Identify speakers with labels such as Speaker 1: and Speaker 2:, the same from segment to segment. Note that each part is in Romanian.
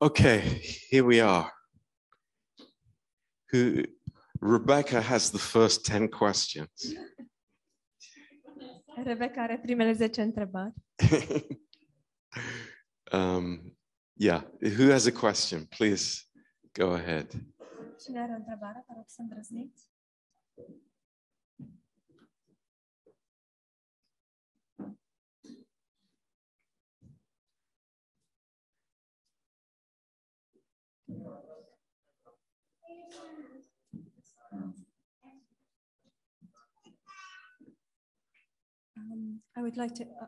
Speaker 1: Okay, here we are. Who Rebecca has the first 10 questions.
Speaker 2: Rebecca are primele 10 întrebări.
Speaker 1: um, yeah, who has a question? Please go ahead.
Speaker 2: Cine are o întrebare? Vă rog să îndrăzniți. Um, I would like to. uh,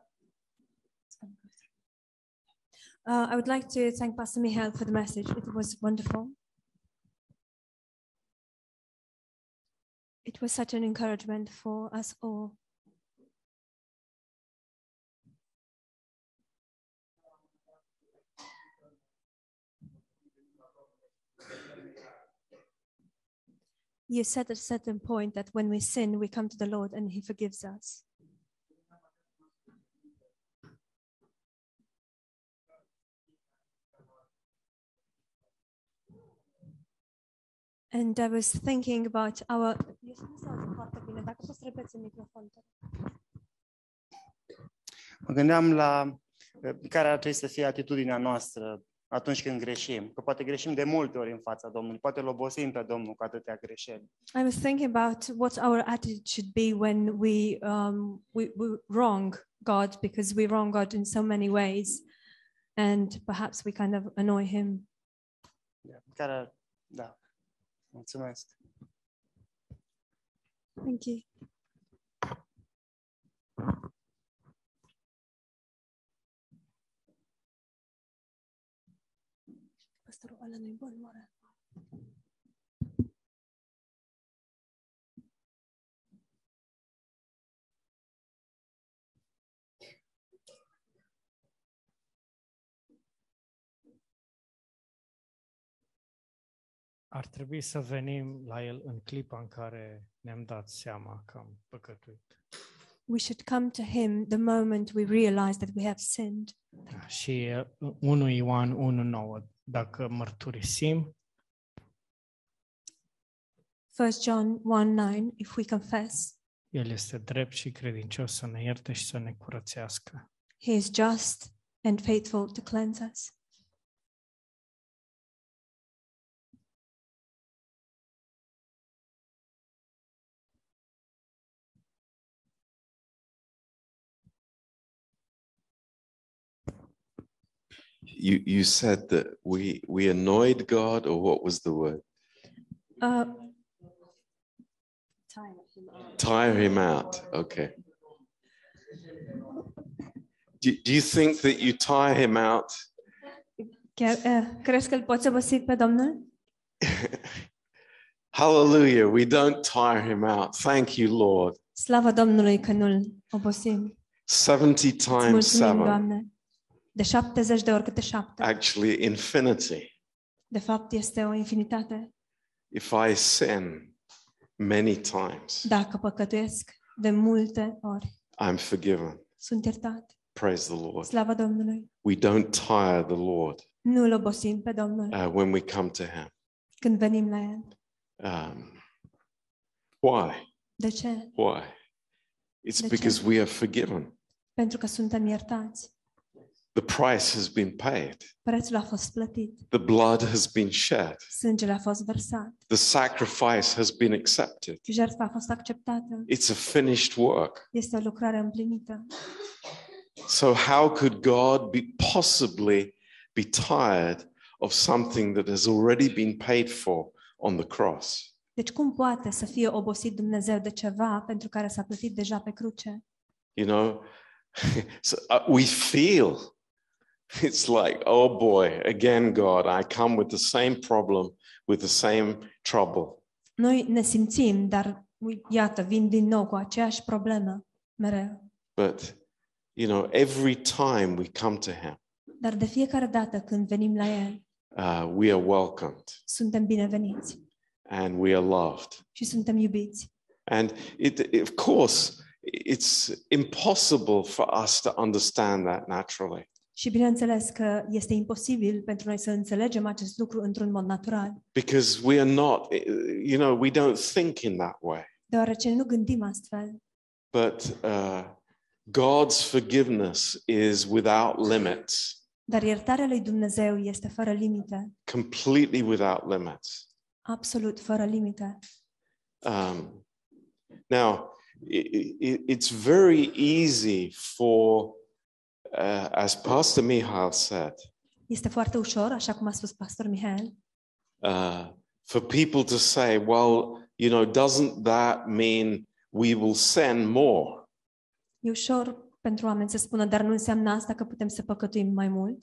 Speaker 2: it's gonna go through. Uh, I would like to thank Pastor Mihail for the message. It was wonderful. It was such an encouragement for us all. You said at a certain point that when we sin, we come to the Lord and He forgives us. And I was thinking about our. Yes, nu se aude foarte bine. Dacă poți să repeți în microfon, te rog.
Speaker 3: Mă gândeam la uh, care ar trebui să fie atitudinea noastră atunci când greșim. Că poate greșim de multe ori în fața Domnului, poate îl obosim pe Domnul cu atâtea greșeli.
Speaker 2: I was thinking about what our attitude should be when we um, we, we wrong God because we wrong God in so many ways, and perhaps we kind of annoy Him.
Speaker 3: Da, Care ar... Da. Mulțumesc.
Speaker 2: Thank you. Pastorul ăla nu-i bun, moare.
Speaker 4: ar trebui să venim la el în clipa în care ne-am dat seama că am păcătuit.
Speaker 2: We should come to Him the moment we realize that we have sinned.
Speaker 4: Și uh, 1 Ioan 1.9, dacă mărturisim,
Speaker 2: 1 John 1 9, if we confess,
Speaker 4: el este drept și credincios să ne ierte și să ne curățească.
Speaker 2: He is just and faithful to cleanse us.
Speaker 1: You, you said that we, we annoyed God, or what was the word?
Speaker 2: Uh,
Speaker 1: Tire him out. Okay. Do, do you think that you tire him out?
Speaker 2: chiar, uh, crezi că îl poți obosi pe Domnul?
Speaker 1: Hallelujah. We don't tire him out. Thank you, Lord.
Speaker 2: Slavă Domnului că nu-l obosim.
Speaker 1: 70
Speaker 2: Îți
Speaker 1: times
Speaker 2: mulțumim,
Speaker 1: 7.
Speaker 2: Doamne. De 70 de ori câte șapte.
Speaker 1: Actually, infinity.
Speaker 2: De fapt, este o infinitate.
Speaker 1: If I sin many times,
Speaker 2: Dacă păcătuiesc de multe ori,
Speaker 1: I'm forgiven.
Speaker 2: sunt iertat.
Speaker 1: Praise the Lord.
Speaker 2: Slavă Domnului.
Speaker 1: We don't tire the Lord
Speaker 2: Nu-l obosim pe Domnul
Speaker 1: uh, when we come to Him.
Speaker 2: când venim la El.
Speaker 1: Um, why?
Speaker 2: De ce?
Speaker 1: Why? It's
Speaker 2: That's
Speaker 1: because we are forgiven.
Speaker 2: Pentru că suntem iertați.
Speaker 1: The price has been paid.
Speaker 2: Prețul a fost plătit.
Speaker 1: The blood has been shed.
Speaker 2: Sângele a fost versat.
Speaker 1: The sacrifice has been accepted.
Speaker 2: Jertfa a fost acceptată.
Speaker 1: It's a finished work.
Speaker 2: Este o lucrare împlinită.
Speaker 1: So, how could God be possibly be tired of something that has already been paid for on the cross?
Speaker 2: Deci cum poate să fie obosit Dumnezeu de ceva pentru care s-a plătit deja pe cruce?
Speaker 1: You know, so, uh, we feel it's like, oh boy, again, God, I come with the same problem, with the same trouble.
Speaker 2: Noi ne simțim, dar ui- iată, vin din nou cu aceeași problemă mereu.
Speaker 1: But, you know, every time we come to Him,
Speaker 2: Dar de fiecare dată când venim la El,
Speaker 1: uh, we are welcomed
Speaker 2: suntem bineveniți
Speaker 1: and we are loved.
Speaker 2: și suntem iubiți.
Speaker 1: And it, of course, it's impossible for us to understand that naturally.
Speaker 2: Și bineînțeles că este imposibil pentru noi să înțelegem acest lucru într-un mod natural,
Speaker 1: because we are not, eh, you know, we don't think in that way.
Speaker 2: deoarece nu gândim astfel.
Speaker 1: But uh, God's forgiveness is without limits,
Speaker 2: Dar iertarea lui Dumnezeu este fără limite,
Speaker 1: completely without limits.
Speaker 2: absolut fără limite.
Speaker 1: Um, now, i- i- it's very easy for, uh, as Pastor Mihal said,
Speaker 2: Este foarte ușor, așa cum a spus pastor Mihail,
Speaker 1: uh, for people to say, well, you know, doesn't that mean we will send more?
Speaker 2: e ușor pentru oameni să spună, dar nu înseamnă asta că putem să păcătuim mai mult.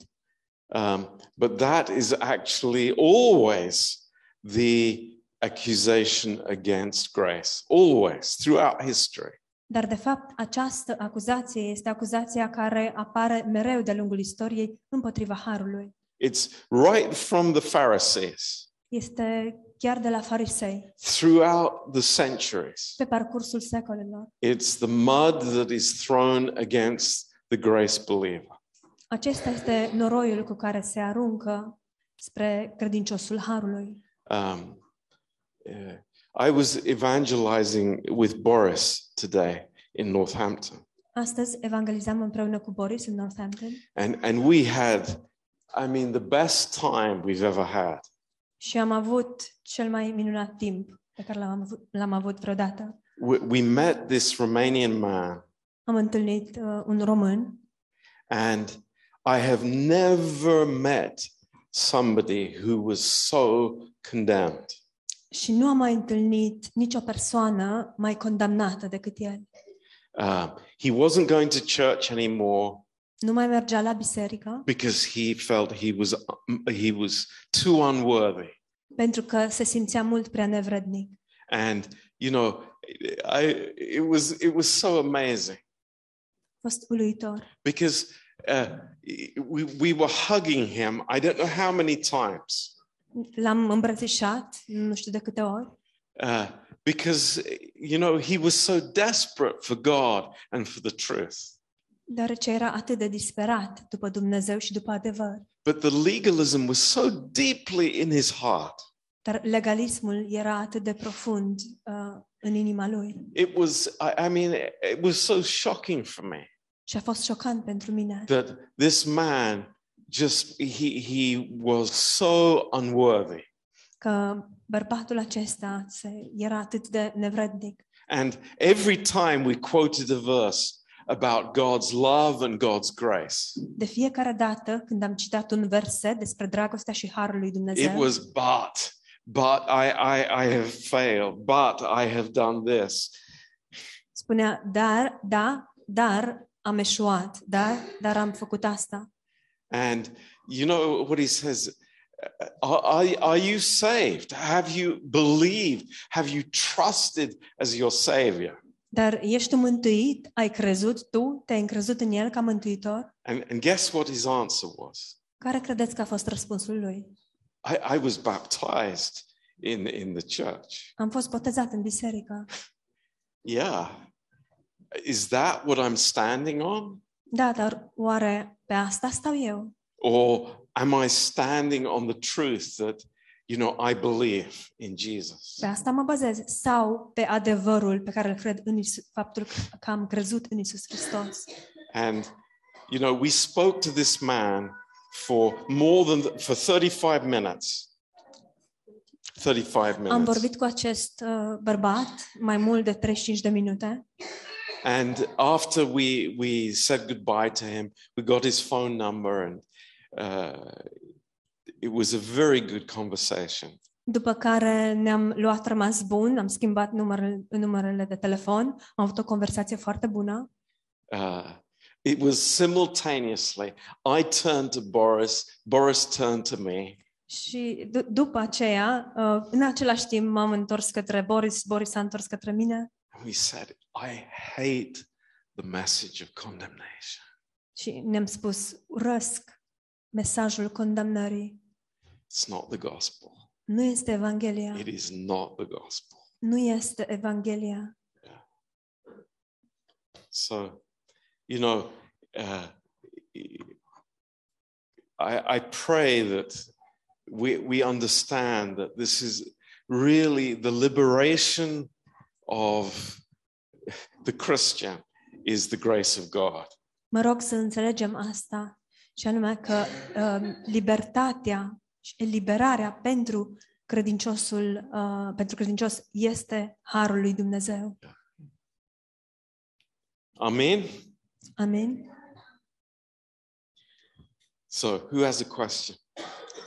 Speaker 1: Um, but that is actually always the accusation against grace, always throughout history.
Speaker 2: Dar, de fapt, această acuzație este acuzația care apare mereu de-a lungul istoriei împotriva Harului.
Speaker 1: It's right from the Pharisees
Speaker 2: Este chiar de la farisei,
Speaker 1: throughout the centuries.
Speaker 2: pe parcursul secolelor.
Speaker 1: It's the mud that is thrown against the grace believer.
Speaker 2: Acesta este noroiul cu care se aruncă spre credinciosul Harului.
Speaker 1: Um, uh, I was evangelizing with Boris today in Northampton.
Speaker 2: Astăzi evangelizăm împreună cu Boris în Northampton
Speaker 1: And, and we had, I mean, the best time we've ever had.
Speaker 2: și am avut cel mai minunat timp pe care l-am avut, l-am avut vreodată.
Speaker 1: We, we met this Romanian man,
Speaker 2: Am întâlnit uh, un român
Speaker 1: and I have never met somebody who was so condemned.
Speaker 2: și nu am mai întâlnit nicio persoană mai condamnată decât el.
Speaker 1: Uh, he wasn't going to church anymore
Speaker 2: Nu mai mergea la biserică
Speaker 1: because he felt he was, he was too unworthy.
Speaker 2: pentru că se simțea mult prea nevrednic.
Speaker 1: And, you know, I, it, was, it was so amazing
Speaker 2: A fost uluitor.
Speaker 1: because uh, we, we were hugging him, I don't know how many times.
Speaker 2: L-am îmbrățișat, nu știu de câte ori,
Speaker 1: Uh, because you know he was so desperate for God and for the truth.
Speaker 2: deoarece era atât de disperat după Dumnezeu și după adevăr.
Speaker 1: But the legalism was so deeply in his heart.
Speaker 2: Dar legalismul era atât de profund uh, în inima lui
Speaker 1: It was, I, I mean, it, it was so shocking for me
Speaker 2: și a fost șocant pentru mine
Speaker 1: that this man just he he was so unworthy.
Speaker 2: că bărbatul acesta se, era atât de nevrednic.
Speaker 1: And every time we quoted a verse about God's love and God's grace,
Speaker 2: De fiecare dată când am citat un verset despre dragostea și harul lui
Speaker 1: it
Speaker 2: Dumnezeu,
Speaker 1: was but but I, I I have failed, but I have done this.
Speaker 2: spunea, dar, da, dar am eșuat, dar, dar am făcut asta.
Speaker 1: And you know what he says? Are, are, are you saved? Have you believed? Have you trusted as your savior?
Speaker 2: Dar ești tu mântuit? Ai crezut tu? Te-ai încrezut în el ca mântuitor?
Speaker 1: And, and guess what his answer was?
Speaker 2: Care credeți că a fost răspunsul lui?
Speaker 1: I, I was baptized in, in the church.
Speaker 2: Am fost botezat în biserică.
Speaker 1: Yeah. Is that what I'm standing on?
Speaker 2: Da, dar oare pe asta stau eu?
Speaker 1: Or am I standing on the truth that, you know, I believe in Jesus?
Speaker 2: Pe asta mă bazez? Sau pe adevărul pe care îl cred în Isus, faptul că- că am crezut în Isus Hristos?
Speaker 1: And you know, we spoke to this man for more than for 35 minutes. 35
Speaker 2: Am
Speaker 1: minutes.
Speaker 2: vorbit cu acest uh, bărbat mai mult de 35 de minute
Speaker 1: And after we we said goodbye to him, we got his phone number and uh, it was a very good conversation.
Speaker 2: după care ne-am luat rămas bun, am schimbat numărul, numerele de telefon, am avut o conversație foarte bună
Speaker 1: Uh, it was simultaneously, I turned to Boris, Boris turned to me,
Speaker 2: și d- după aceea, uh, în același timp, m-am întors către Boris, Boris s-a întors către mine
Speaker 1: and we said, I hate the message of condemnation.
Speaker 2: și ne-am spus, urăsc mesajul condamnării.
Speaker 1: It's not the gospel.
Speaker 2: Nu este Evanghelia.
Speaker 1: It is not the gospel.
Speaker 2: Nu este Evanghelia.
Speaker 1: So, you know, uh, I, I pray that we, we understand that this is really the liberation of the Christian is the grace of God.
Speaker 2: Mă rog să înțelegem asta, și anume că um, libertatea, și eliberarea pentru credinciosul, uh, pentru credincios este harul lui Dumnezeu.
Speaker 1: Amen.
Speaker 2: Amin.
Speaker 1: So, who has a question?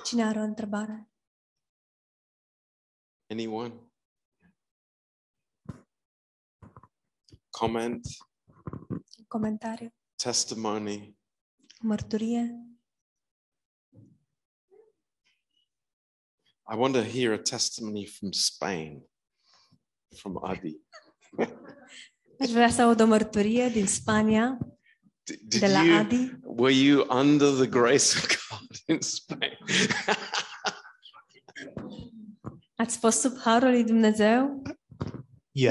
Speaker 2: Cine are o întrebare?
Speaker 1: Anyone? Comment,
Speaker 2: Un Comentariu?
Speaker 1: testimony?
Speaker 2: Mărturie?
Speaker 1: I want to hear a testimony from Spain, from Adi.
Speaker 2: Aș vrea să aud o mărturie din Spania,
Speaker 1: D-
Speaker 2: de
Speaker 1: Did
Speaker 2: la
Speaker 1: you,
Speaker 2: Adi.
Speaker 1: were you under the grace of God in Spain?
Speaker 2: Ați fost sub harul lui Dumnezeu?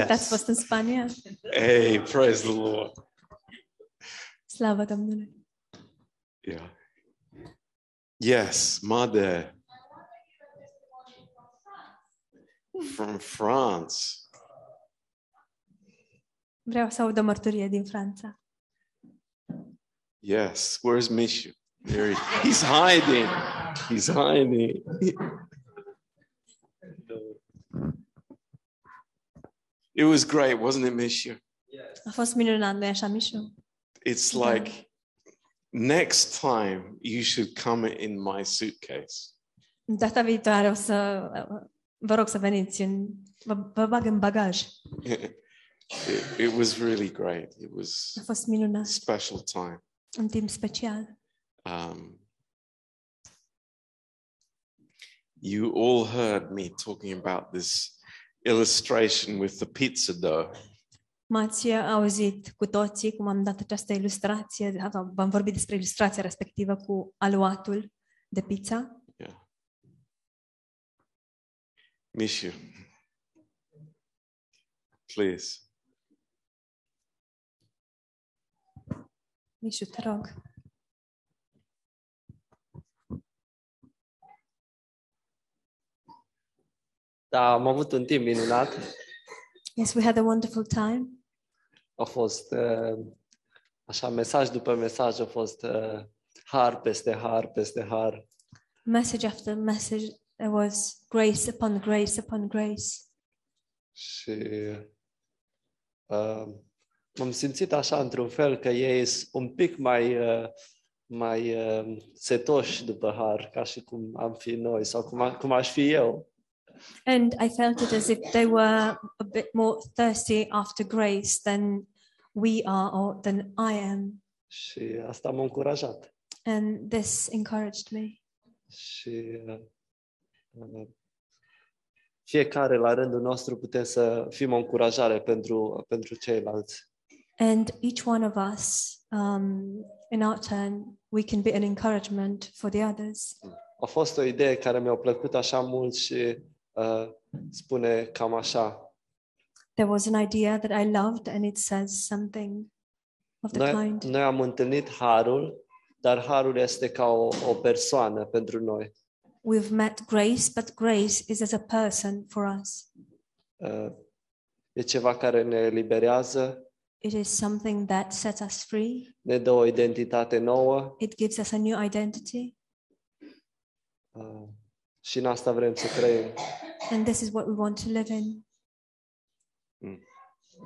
Speaker 2: Ați fost în Spania?
Speaker 1: hey, praise the Lord.
Speaker 2: Slavă Domnului!
Speaker 1: Yeah. Yes, Mother. From France.
Speaker 2: Vreau să aud o mărturie din Franța.
Speaker 1: Yes. Where's Mishu? There he- he's hiding. He's hiding. It was great, wasn't it, Mishu?
Speaker 2: A fost minunat, nu-i așa, Mișu?
Speaker 1: It's like next time you should come in my suitcase.
Speaker 2: Data viitoare o să... Vă rog să veniți în... Vă, vă bag în bagaj.
Speaker 1: it, it was really great. It
Speaker 2: A
Speaker 1: was
Speaker 2: fost minunat,
Speaker 1: special time.
Speaker 2: un timp special.
Speaker 1: Um, you all heard me talking about this illustration with the pizza dough.
Speaker 2: M-ați auzit cu toții cum am dat această ilustrație, sau v-am vorbit despre ilustrația respectivă cu aluatul de pizza.
Speaker 1: Mishu, please.
Speaker 2: Mișu, te rog.
Speaker 5: Da, am avut un timp minunat.
Speaker 2: Yes, we had a wonderful time.
Speaker 5: A fost uh, așa mesaj după mesaj, a fost uh, har peste har peste har.
Speaker 2: Message after message, there was grace upon grace upon grace.
Speaker 5: Și uh, m-am simțit așa într-un fel că ei sunt un pic mai, uh, mai uh, setoși după har, ca și cum am fi noi sau cum, a, cum aș fi eu.
Speaker 2: And I felt it as if they were a bit more thirsty after grace than we are or than I am.
Speaker 5: Și asta m-a încurajat.
Speaker 2: And this encouraged me.
Speaker 5: Și uh, uh, fiecare la rândul nostru putem să fim o încurajare pentru, pentru ceilalți.
Speaker 2: And each one of us, um, in our turn, we can be an encouragement for the others.
Speaker 5: A fost o idee care mi-a plăcut așa mult și uh, spune cam așa.
Speaker 2: There was an idea that I loved, and it says something of the
Speaker 5: Noi,
Speaker 2: kind.
Speaker 5: noi am întâlnit harul, dar harul este ca o, o persoană pentru noi.
Speaker 2: We've met grace, but grace is as a person for us.
Speaker 5: Uh, e ceva care ne eliberează,
Speaker 2: It is something that sets us free.
Speaker 5: ne dă o identitate nouă
Speaker 2: It gives us a new identity.
Speaker 5: uh, și în asta vrem să trăim.
Speaker 2: And this is what we want to live in.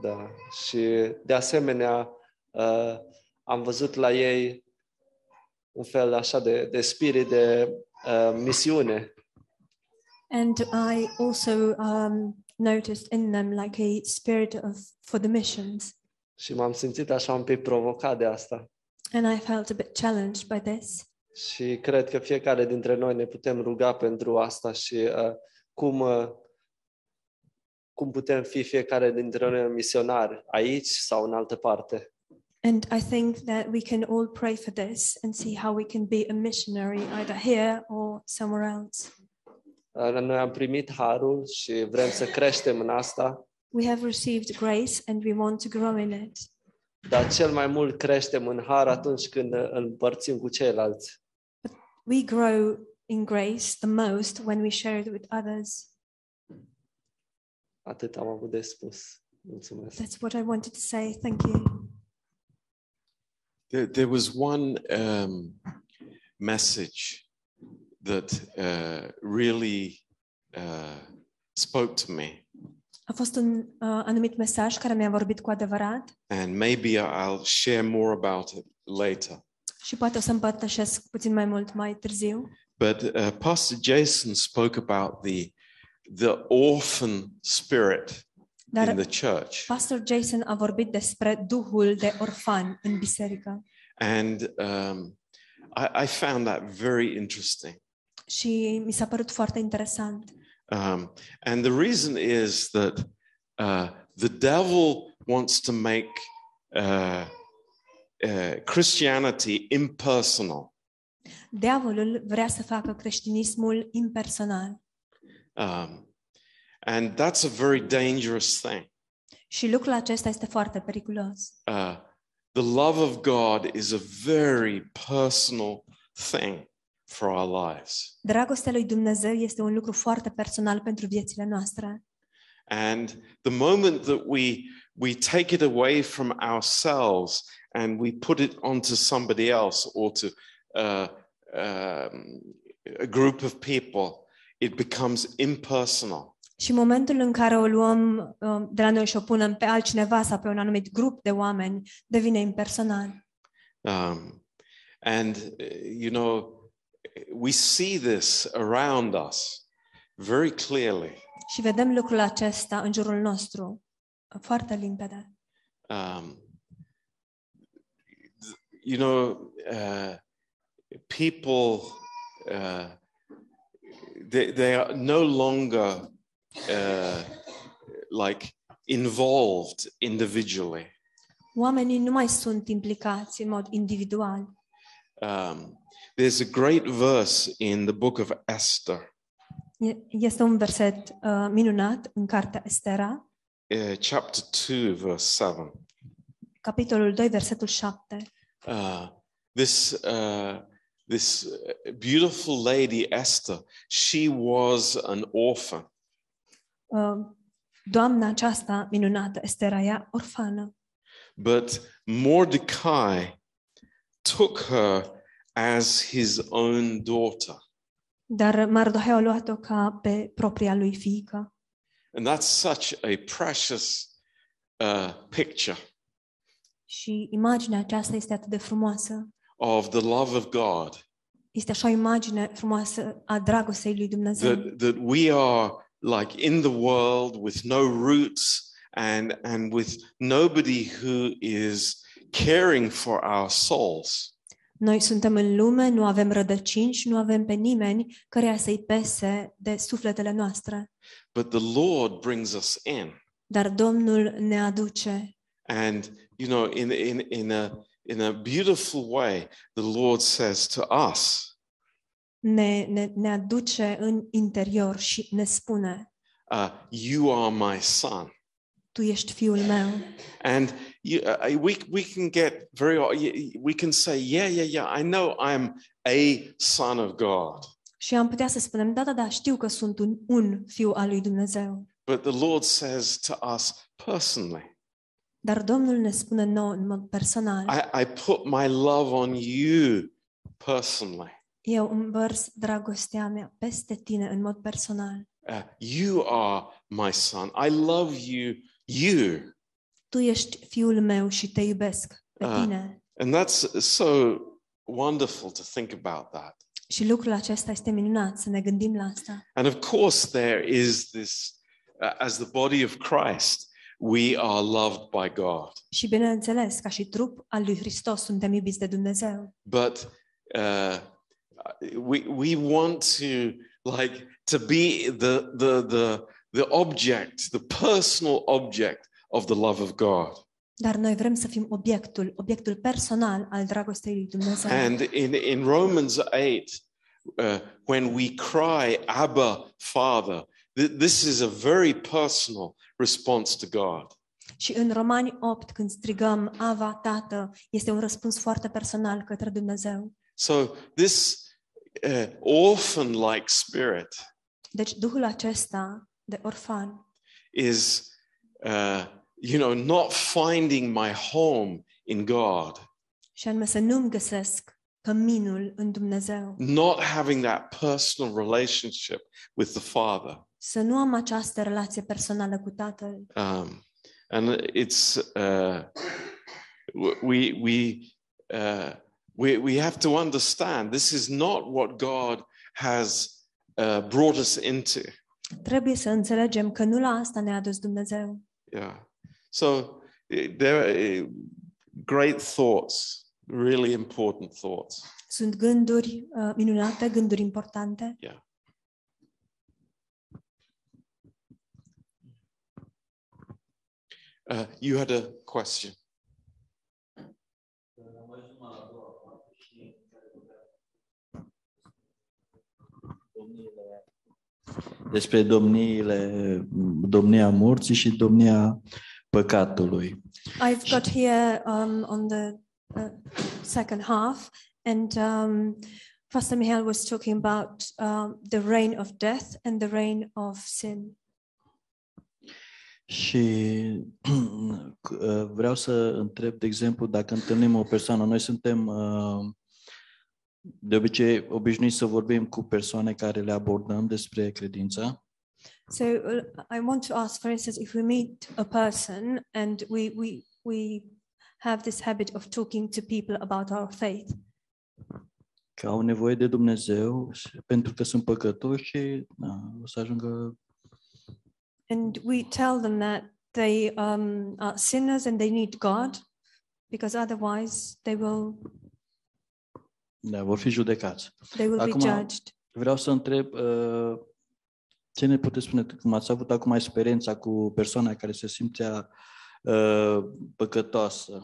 Speaker 5: Da. Și de asemenea uh, am văzut la ei un fel așa de, de spirit de uh, misiune.
Speaker 2: And I also um, noticed in them like a spirit of for the missions.
Speaker 5: Și m-am simțit așa un pic provocat de asta.
Speaker 2: And I felt a bit challenged by this.
Speaker 5: Și cred că fiecare dintre noi ne putem ruga pentru asta și uh, cum, uh, cum putem fi fiecare dintre noi misionari aici sau în altă parte.
Speaker 2: And I think that we can all pray for this and see how we can be a missionary either here or somewhere else.
Speaker 5: Uh, noi am primit harul și vrem să creștem în asta,
Speaker 2: We have received grace and we want to grow in it.
Speaker 5: dar cel mai mult creștem în har atunci când îl împărțim cu ceilalți.
Speaker 2: We grow in grace the most when we share it with others.
Speaker 5: Atât am avut de spus. Mulțumesc.
Speaker 2: That's what I wanted to say. Thank you.
Speaker 1: There, there was one um, message that uh, really uh, spoke to me,
Speaker 2: A fost un uh, anumit mesaj care mi-a vorbit cu adevărat
Speaker 1: and maybe I'll share more about it later.
Speaker 2: și poate o să împărtășesc puțin mai mult mai târziu.
Speaker 1: But uh, Pastor Jason spoke about the the orphan spirit in
Speaker 2: Dar
Speaker 1: the church,
Speaker 2: Pastor Jason a vorbit despre duhul de orfan în biserică
Speaker 1: and um, I, I found that very interesting.
Speaker 2: și mi s-a părut foarte interesant.
Speaker 1: Um, and the reason is that uh, the devil wants to make uh, uh, Christianity impersonal.
Speaker 2: Diavolul vrea să facă creștinismul impersonal
Speaker 1: Um, and that's a very dangerous thing.
Speaker 2: și lucrul acesta este foarte periculos.
Speaker 1: Uh, the love of God is a very personal thing for our lives.
Speaker 2: Dragostea lui Dumnezeu este un lucru foarte personal pentru viețile noastre
Speaker 1: And the moment that we we take it away from ourselves and we put it onto somebody else or to uh, um, a group of people, it becomes impersonal.
Speaker 2: și în momentul în care o luăm um, de la noi și o punem pe altcineva sau pe un anumit grup de oameni, devine impersonal.
Speaker 1: Um, and uh, you know, we see this around us very clearly.
Speaker 2: Și vedem lucrul acesta în jurul nostru foarte limpede.
Speaker 1: um, th- you know, uh, people uh, they they are no longer uh, like involved individually.
Speaker 2: Oamenii nu mai sunt implicați în mod individual.
Speaker 1: Um, there's a great verse in the book of Esther,
Speaker 2: E- Este un verset uh, minunat în cartea Estera,
Speaker 1: uh, chapter two, verse seven.
Speaker 2: capitolul 2, versetul 7.
Speaker 1: Uh, this uh, this uh, beautiful lady Esther, she was an orphan.
Speaker 2: Uh, Doamna aceasta minunată, Estera, ea orfană.
Speaker 1: But Mordecai took her as his own daughter.
Speaker 2: Dar Mardoheu a luat-o ca pe propria lui fiică.
Speaker 1: And that's such a precious uh, picture
Speaker 2: Și imaginea aceasta este atât de frumoasă.
Speaker 1: of the love of God
Speaker 2: Este așa o imagine frumoasă a dragostei lui Dumnezeu.
Speaker 1: that, that we are like in the world with no roots and, and with nobody who is caring for our souls.
Speaker 2: Noi suntem în lume, nu avem rădăcini și nu avem pe nimeni căreia să-i pese de sufletele noastre.
Speaker 1: But the Lord brings us in.
Speaker 2: Dar Domnul ne aduce
Speaker 1: And you know, in in in a in a beautiful way, the Lord says to us,
Speaker 2: ne, ne, ne aduce în interior și ne spune,
Speaker 1: uh, "You are my son."
Speaker 2: tu ești fiul meu.
Speaker 1: And you, uh, we we can get very uh, we can say, "Yeah, yeah, yeah. I know I'm a son of God."
Speaker 2: Și am putea să spunem, da, da, da, știu că sunt un, un fiu al lui Dumnezeu.
Speaker 1: But the Lord says to us personally,
Speaker 2: Dar Domnul ne spune nouă în mod personal,
Speaker 1: "I, I put my love on you personally.
Speaker 2: eu îmbărs dragostea mea peste tine în mod personal.
Speaker 1: Uh, you are my son. I love you. You."
Speaker 2: Tu ești fiul meu și te iubesc pe
Speaker 1: Ah.
Speaker 2: tine.
Speaker 1: And that's so wonderful to think about that.
Speaker 2: Și lucrul acesta este minunat să ne gândim la asta.
Speaker 1: And of course, there is this, uh, as the body of Christ, we are loved by God.
Speaker 2: Și bineînțeles, ca și trup al lui Hristos, suntem iubiți de Dumnezeu.
Speaker 1: But uh, we, we want to, like, to be the, the, the, the object, the personal object of the love of God.
Speaker 2: Dar noi vrem să fim obiectul, obiectul personal al dragostei lui Dumnezeu.
Speaker 1: And in, in Romans 8, uh, when we cry, Abba, Father, th- this is a very personal response to God.
Speaker 2: Și în Romani 8, când strigăm Ava, Tată, este un răspuns foarte personal către Dumnezeu.
Speaker 1: So, this uh, orphan like spirit
Speaker 2: Deci Duhul acesta de orfan
Speaker 1: is, uh, you know, not finding my home in God,
Speaker 2: și anume să nu-mi găsesc căminul în Dumnezeu,
Speaker 1: not having that personal relationship with the Father.
Speaker 2: să nu am această relație personală cu Tatăl.
Speaker 1: Um, and it's, uh, w- we, we, uh, we, we have to understand this is not what God has uh, brought us into.
Speaker 2: Trebuie să înțelegem că nu la asta ne-a dus Dumnezeu.
Speaker 1: Yeah. So eh, there are eh, great thoughts, really important thoughts.
Speaker 2: Sunt gânduri uh, minunate, gânduri importante.
Speaker 1: Uh, you had a question.
Speaker 6: domniile- despre domniile, domnia morții și domnia păcatului.
Speaker 2: I've got here um, on the uh, second half, and um, Pastor Mihail was talking about um, the reign of death and the reign of sin.
Speaker 6: Și uh, vreau să întreb, de exemplu, dacă întâlnim o persoană, noi suntem uh, de obicei obișnuiți să vorbim cu persoane care le abordăm despre credință
Speaker 2: So uh, I want to ask, for instance, if we meet a person and we we we have this habit of talking to people about our faith,
Speaker 6: că au nevoie de Dumnezeu și- pentru că sunt păcătoși și na, o să ajungă
Speaker 2: and we tell them that they um, are sinners and they need God, because otherwise they will
Speaker 6: da, vor fi judecați.
Speaker 2: they will be
Speaker 6: Acum-
Speaker 2: judged.
Speaker 6: Vreau să întreb uh, ce ne puteți spune cum ați avut acum experiența cu persoana care se simțea uh, păcătoasă.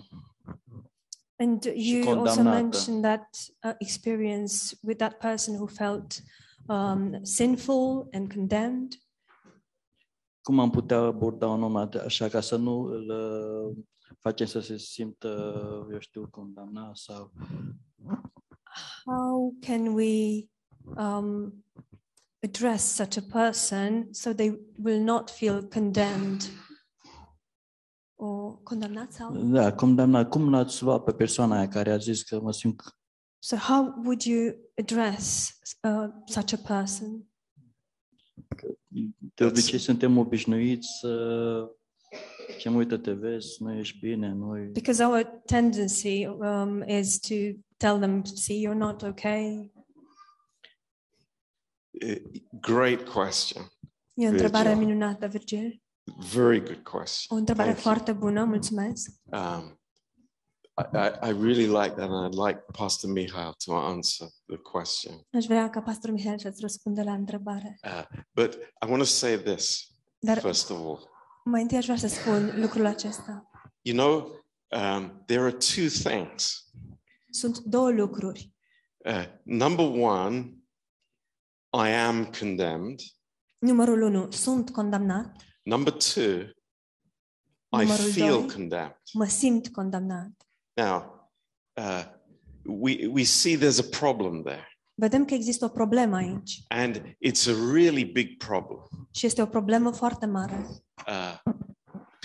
Speaker 2: And you also
Speaker 6: condamnată.
Speaker 2: mentioned that uh, experience with that person who felt um, sinful and condemned.
Speaker 6: Cum am putea aborda un om ate- așa ca să nu îl uh, facem să se simtă, eu știu, condamnat sau...
Speaker 2: How can we um, address such a person so they will not feel condemned? Or condamnat sau?
Speaker 6: Da, condamnat. Cum l-ați luat pe persoana aia care a zis că mă simt...
Speaker 2: So, how would you address uh, such a person?
Speaker 6: De obicei suntem obișnuiți să... Ce mă uită, te vezi, nu ești bine, nu
Speaker 2: Because our tendency um, is to tell them, see, you're not okay.
Speaker 1: Eh, Great question.
Speaker 2: E o întrebare
Speaker 1: Virgil.
Speaker 2: minunată, Virgil.
Speaker 1: Very good
Speaker 2: O
Speaker 1: question.
Speaker 2: întrebare
Speaker 1: Thank you.
Speaker 2: foarte bună, mulțumesc.
Speaker 1: Um, I, I, I really like that, and I'd like Pastor Mihail to answer the question.
Speaker 2: Aș vrea ca pastorul Mihail să-ți răspundă la întrebare.
Speaker 1: But I want to say this
Speaker 2: Dar
Speaker 1: first of all.
Speaker 2: mai întâi aș vrea să spun lucrul acesta.
Speaker 1: You know, um, there are two things.
Speaker 2: Sunt două lucruri.
Speaker 1: Uh, number one, I am condemned.
Speaker 2: Numărul unu, sunt condamnat,
Speaker 1: Number two, I
Speaker 2: Numărul
Speaker 1: feel
Speaker 2: doi.
Speaker 1: condemned.
Speaker 2: mă simt condamnat.
Speaker 1: Now, uh, we, we see there's a problem there,
Speaker 2: Vedem că există o problemă aici
Speaker 1: and it's a really big problem.
Speaker 2: și este o problemă foarte mare.
Speaker 1: Uh,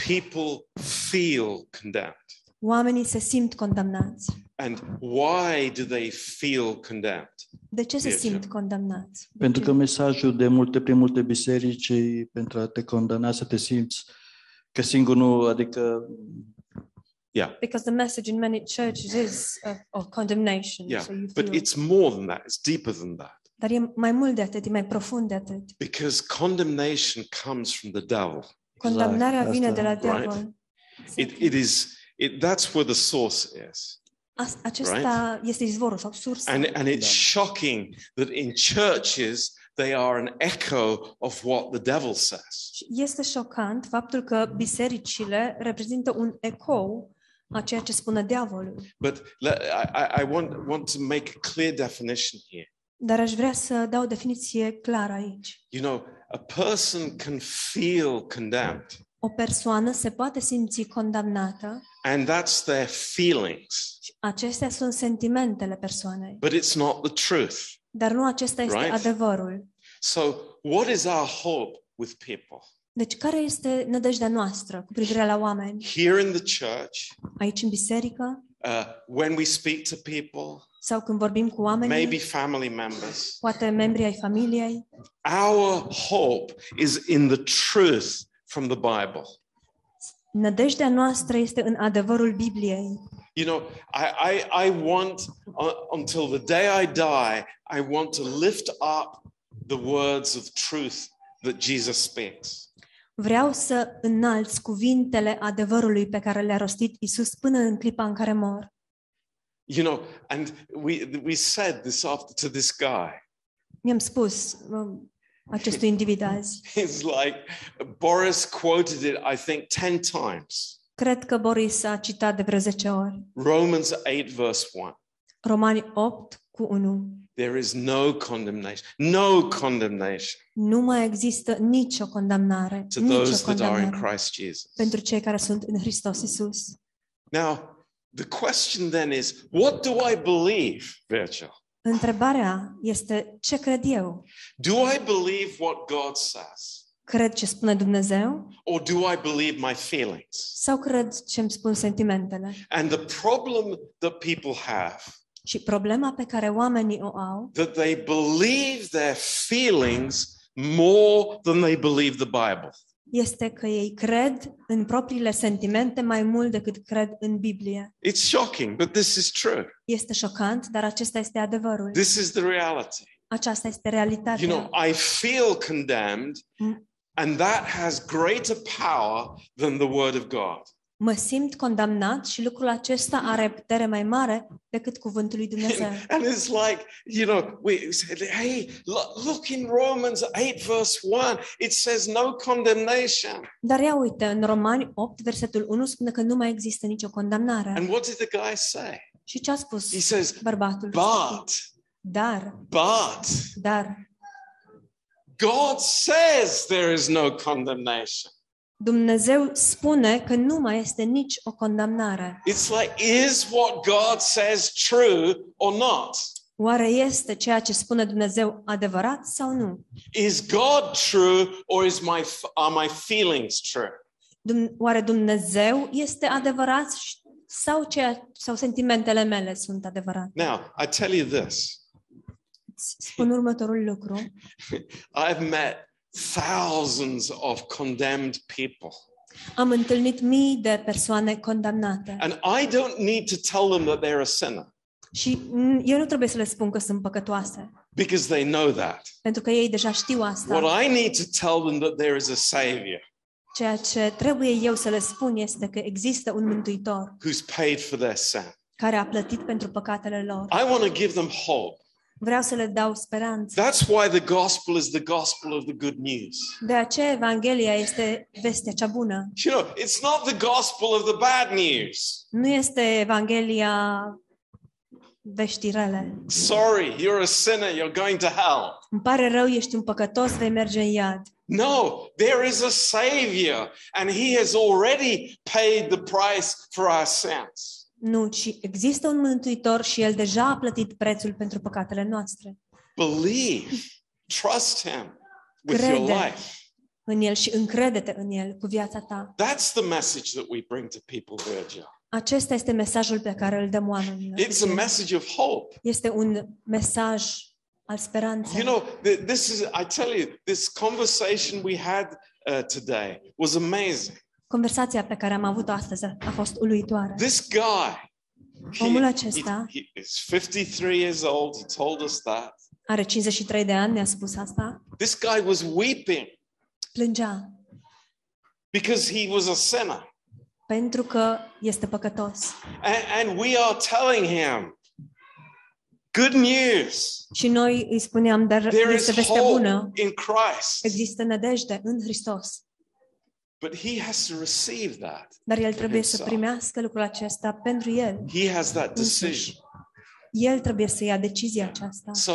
Speaker 1: people feel condemned.
Speaker 2: Oamenii se simt condamnați.
Speaker 1: And why do they feel condemned?
Speaker 2: De ce se
Speaker 1: Virgil.
Speaker 2: simt condamnați? De
Speaker 6: Pentru
Speaker 2: ce?
Speaker 6: că mesajul de multe, prin multe biserici, e pentru a te condamna să te simți că singur nu, adică
Speaker 2: Because the message in many churches is of, of condemnation.
Speaker 1: Yeah,
Speaker 2: so you
Speaker 1: But
Speaker 2: feel-
Speaker 1: it's more than that, it's deeper than that.
Speaker 2: Dar e mai mult de atât, e mai profund de atât.
Speaker 1: Because condemnation comes from the devil.
Speaker 2: Condamnarea
Speaker 6: Exact,
Speaker 2: vine de la
Speaker 6: asta-
Speaker 2: diavol.
Speaker 1: It, it is it, that's where the source is,
Speaker 2: As- Acesta este izvorul sau sursa.
Speaker 1: and and it's shocking that in churches they are an echo of what the devil says.
Speaker 2: Și este șocant faptul că bisericile reprezintă un ecou a ceea ce spune diavolul.
Speaker 1: But let, I, I- I want want to make a clear definition here.
Speaker 2: Dar aș vrea să dau o definiție clară aici.
Speaker 1: You know, a person can feel condemned,
Speaker 2: O persoană se poate simți condamnată
Speaker 1: and that's their feelings,
Speaker 2: și acestea sunt sentimentele persoanei,
Speaker 1: but it's not the truth.
Speaker 2: Dar nu acesta este
Speaker 1: Right.
Speaker 2: adevărul.
Speaker 1: So, what is our hope with people?
Speaker 2: Deci care este nădejdea noastră cu privire la oameni?
Speaker 1: Here in the church,
Speaker 2: Aici în biserică?
Speaker 1: uh, when we speak to people,
Speaker 2: Sau când vorbim cu oamenii?
Speaker 1: maybe family members,
Speaker 2: Poate membrii ai familiei?
Speaker 1: our hope is in the truth from the Bible.
Speaker 2: Nădejdea noastră este în adevărul Bibliei.
Speaker 1: You know, I, I, I want, uh, until the day I die, I want to lift up the words of truth that Jesus speaks.
Speaker 2: Vreau să înalți cuvintele adevărului pe care le-a rostit Isus până în clipa în care mor.
Speaker 1: You know, and we, we said this after to this guy.
Speaker 2: Mi-am spus um, acestui individ azi.
Speaker 1: It's like Boris quoted it, I think, 10 times.
Speaker 2: Cred că Boris a citat de vreo 10 ori.
Speaker 1: Romans 8, verse 1.
Speaker 2: Romani 8 cu 1.
Speaker 1: There is no condemnation, no condemnation
Speaker 2: Nu mai există nicio condamnare,
Speaker 1: to
Speaker 2: nicio
Speaker 1: those that are in
Speaker 2: condamnare
Speaker 1: Christ Jesus.
Speaker 2: pentru cei care sunt în Hristos Isus.
Speaker 1: Now, the question then is what do I believe, Virgil?
Speaker 2: Întrebarea este ce cred eu?
Speaker 1: Do I believe what God says?
Speaker 2: Cred ce spune Dumnezeu
Speaker 1: Or do I believe my feelings?
Speaker 2: sau cred ce îmi spun sentimentele?
Speaker 1: And the problem that people have
Speaker 2: Și problema pe care oamenii o au
Speaker 1: that they believe their feelings more than they believe the Bible.
Speaker 2: este că ei cred în propriile sentimente mai mult decât cred în Biblie.
Speaker 1: It's shocking, but this is true.
Speaker 2: Este șocant, dar acesta este adevărul.
Speaker 1: This is the reality.
Speaker 2: Aceasta este
Speaker 1: You know,
Speaker 2: realitatea.
Speaker 1: I feel condemned,
Speaker 2: Mm.
Speaker 1: and that has greater power than the Word of God.
Speaker 2: Mă simt condamnat și lucrul acesta are putere mai mare decât cuvântul lui Dumnezeu.
Speaker 1: And it's like, you know, we said, hey, look, look in Romans 8, verse 1, it says no condemnation.
Speaker 2: Dar ia uite, în Romani 8, versetul 1 spune că nu mai există nicio condamnare.
Speaker 1: And what did the guy say?
Speaker 2: Și ce a spus
Speaker 1: He says,
Speaker 2: bărbatul?
Speaker 1: but,
Speaker 2: Dar,
Speaker 1: but,
Speaker 2: dar,
Speaker 1: God says there is no condemnation.
Speaker 2: Dumnezeu spune că nu mai este nici o condamnare.
Speaker 1: It's like, is what God says true or not?
Speaker 2: Oare este ceea ce spune Dumnezeu adevărat sau nu?
Speaker 1: Is God true or is my, are my feelings true?
Speaker 2: Dum- Oare Dumnezeu este adevărat și- sau, ceea, sau sentimentele mele sunt adevărate?
Speaker 1: Now, I tell you this
Speaker 2: Îți Spun următorul lucru.
Speaker 1: I've met thousands of condemned people,
Speaker 2: Am întâlnit mii de persoane condamnate
Speaker 1: and I don't need to tell them that they're a sinner
Speaker 2: și mm, eu nu trebuie să le spun că sunt păcătoase,
Speaker 1: because they know that.
Speaker 2: pentru că ei deja știu asta.
Speaker 1: What I need to tell them that there is a savior
Speaker 2: Ceea ce trebuie eu să le spun este că există un mântuitor
Speaker 1: who's paid for their sin.
Speaker 2: care a plătit pentru păcatele lor.
Speaker 1: I want to give them hope.
Speaker 2: Vreau să le dau speranță.
Speaker 1: That's why the gospel is the gospel of the good news.
Speaker 2: De aceea Evanghelia este vestea cea bună.
Speaker 1: You know, it's not the gospel of the bad news.
Speaker 2: Nu este Evanghelia veștii rele.
Speaker 1: Sorry, you're a sinner, you're going to hell.
Speaker 2: Îmi pare rău, ești un păcătos, vei merge în iad.
Speaker 1: No, there is a savior, and he has already paid the price for our sins.
Speaker 2: Nu, ci există un mântuitor și el deja a plătit prețul pentru păcatele noastre.
Speaker 1: Believe, trust him with your
Speaker 2: Crede.
Speaker 1: life.
Speaker 2: În el și încredete în el cu viața ta.
Speaker 1: That's the message that we bring to people, Virgil.
Speaker 2: Acesta este mesajul pe care îl dăm oamenilor.
Speaker 1: It's a message of hope.
Speaker 2: Este un mesaj al speranței.
Speaker 1: You know, th- this is, I tell you, this conversation we had uh, today was amazing.
Speaker 2: Conversația pe care am avut-o astăzi a fost uluitoare.
Speaker 1: This guy, he,
Speaker 2: Omul
Speaker 1: he,
Speaker 2: acesta
Speaker 1: he is 53 years old. He told us that.
Speaker 2: are 53 de ani, ne-a spus asta.
Speaker 1: This guy was weeping
Speaker 2: Plângea
Speaker 1: because he was a sinner.
Speaker 2: pentru că este păcătos.
Speaker 1: And, and we are telling him good news.
Speaker 2: Și noi îi spuneam, dar
Speaker 1: There
Speaker 2: este
Speaker 1: is
Speaker 2: veste bună.
Speaker 1: hope in Christ.
Speaker 2: Există nădejde în Hristos.
Speaker 1: But he has to receive that.
Speaker 2: Dar el trebuie să
Speaker 1: Exact.
Speaker 2: primească lucrul acesta pentru el.
Speaker 1: He has that decision.
Speaker 2: El trebuie să ia decizia aceasta.
Speaker 1: So,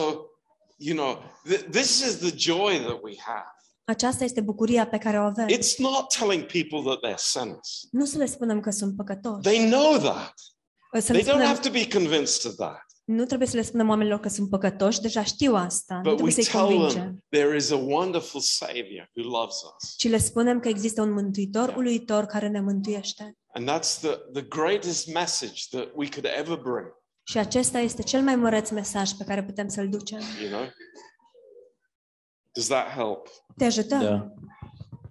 Speaker 1: you know, th- this is the joy that we have.
Speaker 2: Aceasta este bucuria pe care o avem.
Speaker 1: It's not telling people that they're sinners.
Speaker 2: Nu să le spunem că sunt păcătoși.
Speaker 1: They know that.
Speaker 2: Să le
Speaker 1: They don't
Speaker 2: spunem,
Speaker 1: have to be convinced of that.
Speaker 2: Nu trebuie să le spunem oamenilor că sunt păcătoși, deja știu asta, nu
Speaker 1: But we
Speaker 2: trebuie să-i
Speaker 1: tell
Speaker 2: convingem.
Speaker 1: them there is a wonderful Savior who loves us.
Speaker 2: Ci le spunem că există un mântuitor uluitor care ne mântuiește.
Speaker 1: And that's the, the greatest message that we could ever bring,
Speaker 2: Și acesta este cel mai măreț mesaj pe care putem să-l ducem.
Speaker 1: you know? Does that help?
Speaker 2: Te ajutăm?
Speaker 6: Da.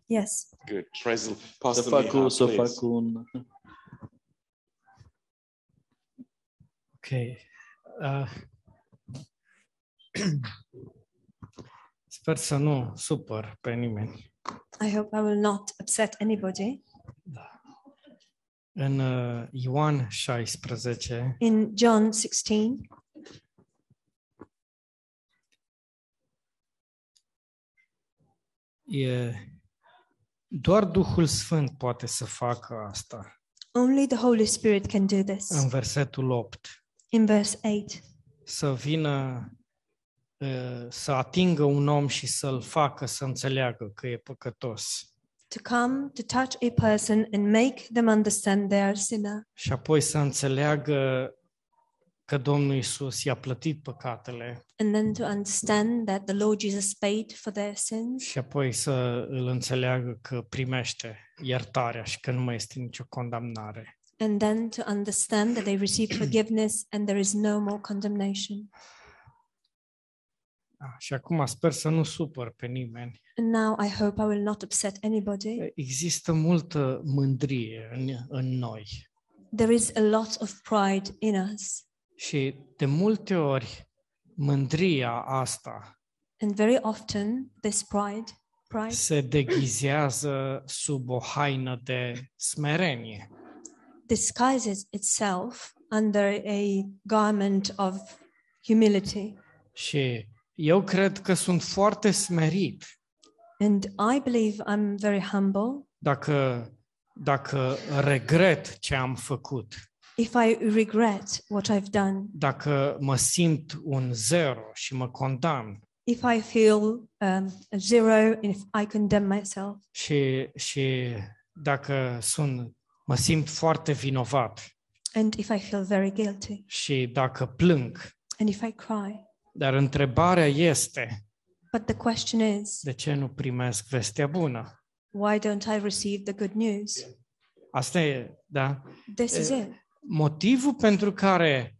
Speaker 2: Yes.
Speaker 1: Good. Praise the
Speaker 6: Să
Speaker 1: Pastor
Speaker 6: fac,
Speaker 1: Miha,
Speaker 6: un- să
Speaker 1: please.
Speaker 6: fac un...
Speaker 4: Ok. Uh, sper să nu supăr pe nimeni.
Speaker 2: I hope I will not upset anybody.
Speaker 4: În uh, Ioan 16,
Speaker 2: In John 16,
Speaker 4: e, doar Duhul Sfânt poate să facă asta.
Speaker 2: only the Holy Spirit can do this.
Speaker 4: În versetul 8.
Speaker 2: In verse 8,
Speaker 4: să vină uh, să atingă un om și să-l facă să înțeleagă că e păcătos
Speaker 2: to come to touch a person and make them understand they are a sinner,
Speaker 4: și apoi să înțeleagă că Domnul Isus i-a plătit păcatele
Speaker 2: and then to understand that the Lord Jesus paid for their sins,
Speaker 4: și apoi să îl înțeleagă că primește iertarea și că nu mai este nicio condamnare.
Speaker 2: and then to understand that they receive forgiveness and there is no more condemnation.
Speaker 4: Da, și acum sper să nu supăr pe nimeni.
Speaker 2: And now I hope I will not upset anybody.
Speaker 4: Există multă mândrie în, în noi
Speaker 2: There is a lot of pride in us,
Speaker 4: și de multe ori mândria asta
Speaker 2: and very often this pride, pride
Speaker 4: se deghizează sub o haină de smerenie.
Speaker 2: disguises itself under a garment of humility.
Speaker 4: Și eu cred că sunt foarte smerit
Speaker 2: And I believe I'm very humble.
Speaker 4: dacă, dacă regret ce am făcut,
Speaker 2: If I regret what I've done,
Speaker 4: dacă mă simt un zero și mă condamn
Speaker 2: if I feel um, a zero, and if I condemn myself,
Speaker 4: și, și dacă sunt, mă simt foarte vinovat
Speaker 2: and if I feel very guilty,
Speaker 4: și dacă plâng.
Speaker 2: and if I cry.
Speaker 4: Dar întrebarea este,
Speaker 2: But the question is,
Speaker 4: de ce nu primesc vestea bună?
Speaker 2: why don't I receive the good news?
Speaker 4: Asta e, da?
Speaker 2: This is
Speaker 4: Eh,
Speaker 2: it.
Speaker 4: Motivul pentru care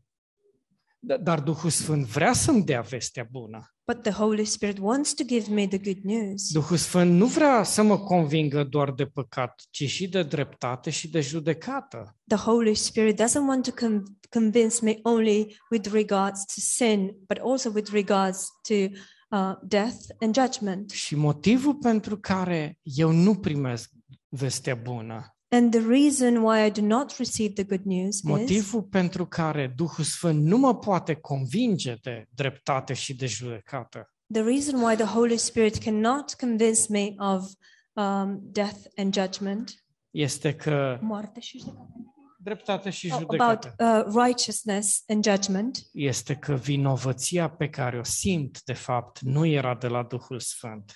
Speaker 4: da- dar Duhul Sfânt vrea să-mi dea vestea bună.
Speaker 2: But the Holy Spirit wants to give me the good news.
Speaker 4: Duhul Sfânt nu vrea să mă convingă doar de păcat, ci și de dreptate și de judecată.
Speaker 2: The Holy Spirit doesn't want to con- convince me only with regards to sin, but also with regards to uh, death and judgment.
Speaker 4: Și motivul pentru care eu nu primesc vestea bună,
Speaker 2: And the reason why I do not receive the good news is
Speaker 4: motivul pentru care Duhul Sfânt nu mă poate convinge de dreptate și de judecată,
Speaker 2: the reason why the Holy Spirit cannot convince me of um, death and judgment,
Speaker 4: este că
Speaker 2: moarte și judecată.
Speaker 4: dreptate și
Speaker 2: Oh, about
Speaker 4: judecată
Speaker 2: uh, righteousness and judgment,
Speaker 4: este că vinovăția pe care o simt, de fapt, nu era de la Duhul Sfânt.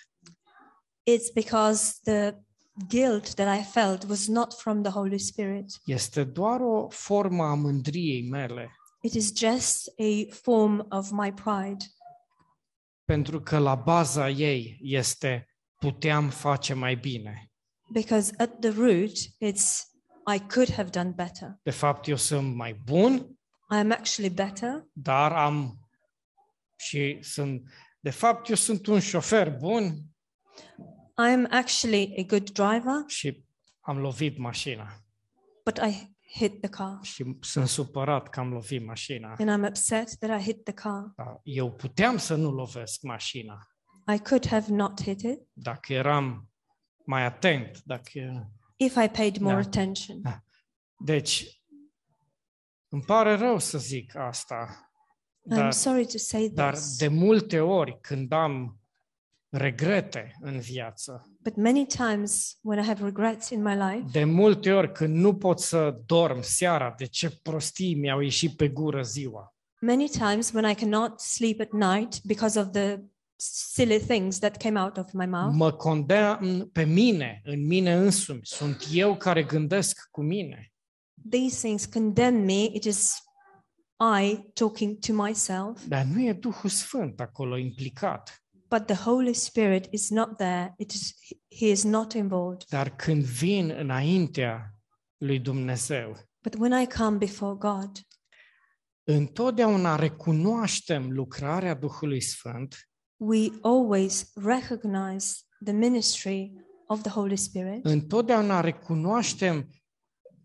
Speaker 2: it's because the guilt that I felt was not from the Holy Spirit.
Speaker 4: este doar o formă a mândriei mele,
Speaker 2: It is just a form of my pride
Speaker 4: pentru că la baza ei este puteam face mai bine.
Speaker 2: because at the root, it's I could have done better.
Speaker 4: De fapt, eu sunt mai bun,
Speaker 2: I am actually better.
Speaker 4: dar am și sunt de fapt eu sunt un șofer bun
Speaker 2: I am actually a good driver,
Speaker 4: și am lovit mașina
Speaker 2: but I hit the car.
Speaker 4: și sunt supărat că am lovit mașina.
Speaker 2: And I'm upset that I hit the car.
Speaker 4: Dar eu puteam să nu lovesc mașina
Speaker 2: I could have not hit it
Speaker 4: dacă eram mai atent, dacă
Speaker 2: if I paid more
Speaker 4: Da.
Speaker 2: attention.
Speaker 4: Da. Deci, îmi pare rău să zic asta, dar,
Speaker 2: I'm sorry to say
Speaker 4: dar
Speaker 2: this,
Speaker 4: de multe ori când am regrete în viață,
Speaker 2: but many times when I have regrets in my life,
Speaker 4: de multe ori când nu pot să dorm seara, de ce prostii mi-au ieșit pe gură ziua,
Speaker 2: many times when I cannot sleep at night because of the silly things that came out of my mouth,
Speaker 4: mă condamn pe mine, în mine însumi, sunt eu care gândesc cu mine.
Speaker 2: these things condemn me. It is I talking to myself,
Speaker 4: Dar nu e Duhul Sfânt acolo implicat.
Speaker 2: but the Holy Spirit is not there. It is he is not involved.
Speaker 4: Dar când vin înaintea lui Dumnezeu,
Speaker 2: But when I come before God,
Speaker 4: întotdeauna recunoaștem lucrarea Duhului Sfânt
Speaker 2: we always recognize the ministry of the Holy Spirit.
Speaker 4: întotdeauna recunoaștem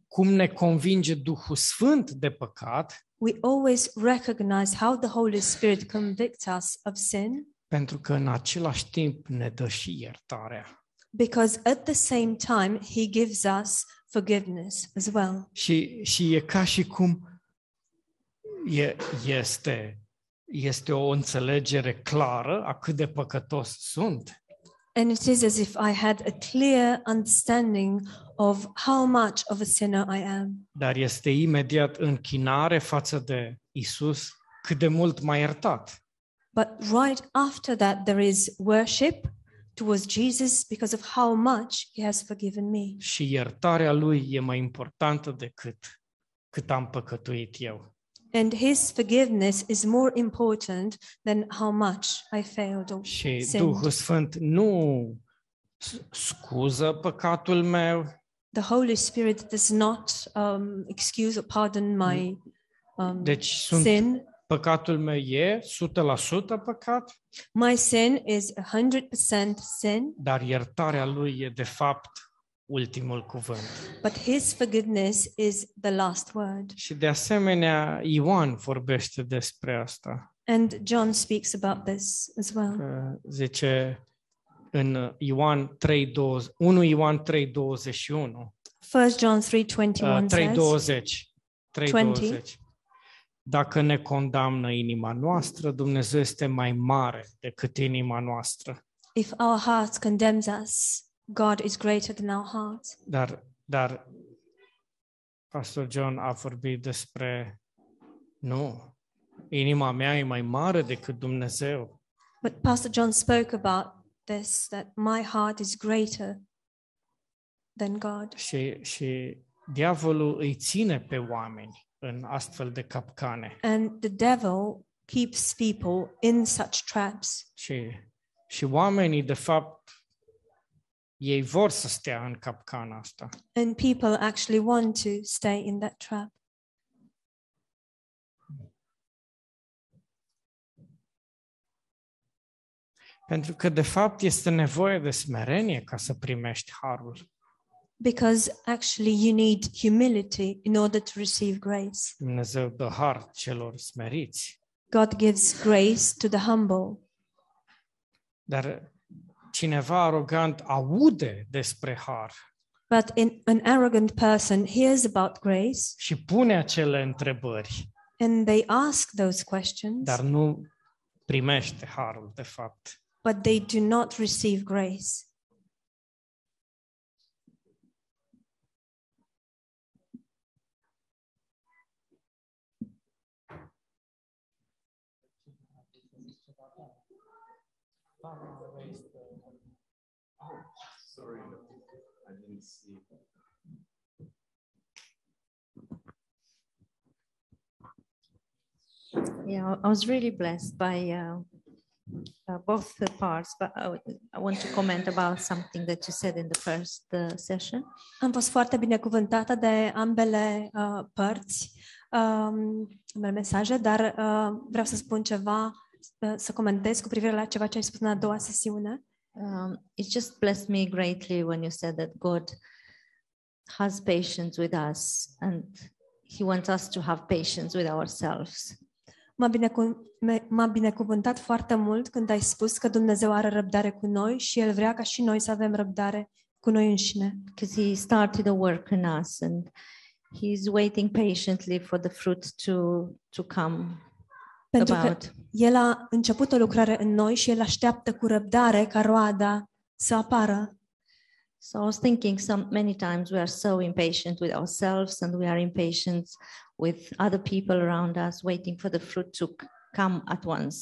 Speaker 4: cum ne convinge Duhul Sfânt de păcat,
Speaker 2: We always recognize how the Holy Spirit convicts us of sin
Speaker 4: pentru că în același timp ne dă și iertarea.
Speaker 2: because at the same time he gives us forgiveness as well.
Speaker 4: Și, și e ca și cum e, este, este o înțelegere clară a cât de păcătos sunt,
Speaker 2: And it is as if I had a clear understanding of how much of a sinner I am.
Speaker 4: dar este imediat închinare față de Isus cât de mult m-a iertat.
Speaker 2: But right after that, there is worship towards Jesus because of how much he has forgiven me.
Speaker 4: Și iertarea lui e mai importantă decât cât am păcătuit eu.
Speaker 2: And his forgiveness is more important than how much I failed or
Speaker 4: Și
Speaker 2: sinned.
Speaker 4: Duhul Sfânt nu s- scuză păcatul meu,
Speaker 2: The Holy Spirit does not um, excuse or pardon my um,
Speaker 4: deci sunt,
Speaker 2: sin.
Speaker 4: păcatul meu e 100% păcat,
Speaker 2: My sin is 100% sin,
Speaker 4: dar iertarea lui e de fapt ultimul cuvânt.
Speaker 2: but his forgiveness is the last word.
Speaker 4: Și de asemenea Ioan vorbește despre asta.
Speaker 2: And John speaks about this as well.
Speaker 4: că Zice în Ioan 3, 20, 1 Ioan 3, 21,
Speaker 2: 1 John 3:21
Speaker 4: uh, 3,
Speaker 2: says,
Speaker 4: 20, 3,
Speaker 2: 20.
Speaker 4: 20. Dacă ne condamnă inima noastră, Dumnezeu este mai mare decât inima noastră.
Speaker 2: If our heart condemns us, God is greater than our heart.
Speaker 4: Dar, dar Pastor John a vorbit despre nu, inima mea e mai mare decât Dumnezeu.
Speaker 2: But Pastor John spoke about this that my heart is greater than God.
Speaker 4: Și, și diavolul îi ține pe oameni în astfel de capcane.
Speaker 2: And the devil keeps people in such traps.
Speaker 4: Și, și oamenii, de fapt, ei vor să stea în capcana asta.
Speaker 2: And people actually want to stay in that trap.
Speaker 4: Pentru că, de fapt, este nevoie de smerenie ca să primești harul.
Speaker 2: Because actually, you need humility in order to receive grace.
Speaker 4: Dumnezeu dă har celor smeriți.
Speaker 2: God gives grace to the humble,
Speaker 4: Dar cineva arogant aude despre har
Speaker 2: but in, an arrogant person hears about grace
Speaker 4: și pune acele întrebări,
Speaker 2: and they ask those questions,
Speaker 4: dar nu primește harul, de fapt.
Speaker 2: but they do not receive grace.
Speaker 7: Yeah, I was really blessed by uh, uh, both the parts, but I, would- I want to comment about something that you said in the first uh, session.
Speaker 2: Am fost foarte binecuvântată de ambele uh, părți, um, ambele mesaje, dar uh, vreau să spun ceva, uh, să comentez cu privire la ceva ce ai spus în a doua sesiune.
Speaker 7: Um, it just blessed me greatly when you said that God has patience with us and He wants us to have patience with ourselves.
Speaker 2: M-a, binecu- me- m-a binecuvântat foarte mult când ai spus că Dumnezeu are răbdare cu noi și El vrea ca și noi să avem răbdare cu noi înșine.
Speaker 7: because he started a work in us and he's waiting patiently for the fruit to to come
Speaker 2: Pentru că
Speaker 7: about
Speaker 2: El a început o lucrare în noi și El așteaptă cu răbdare ca roada să apară.
Speaker 7: so i was thinking some many times we are so impatient with ourselves and we are impatient with other people around us waiting for the fruit to c- come at once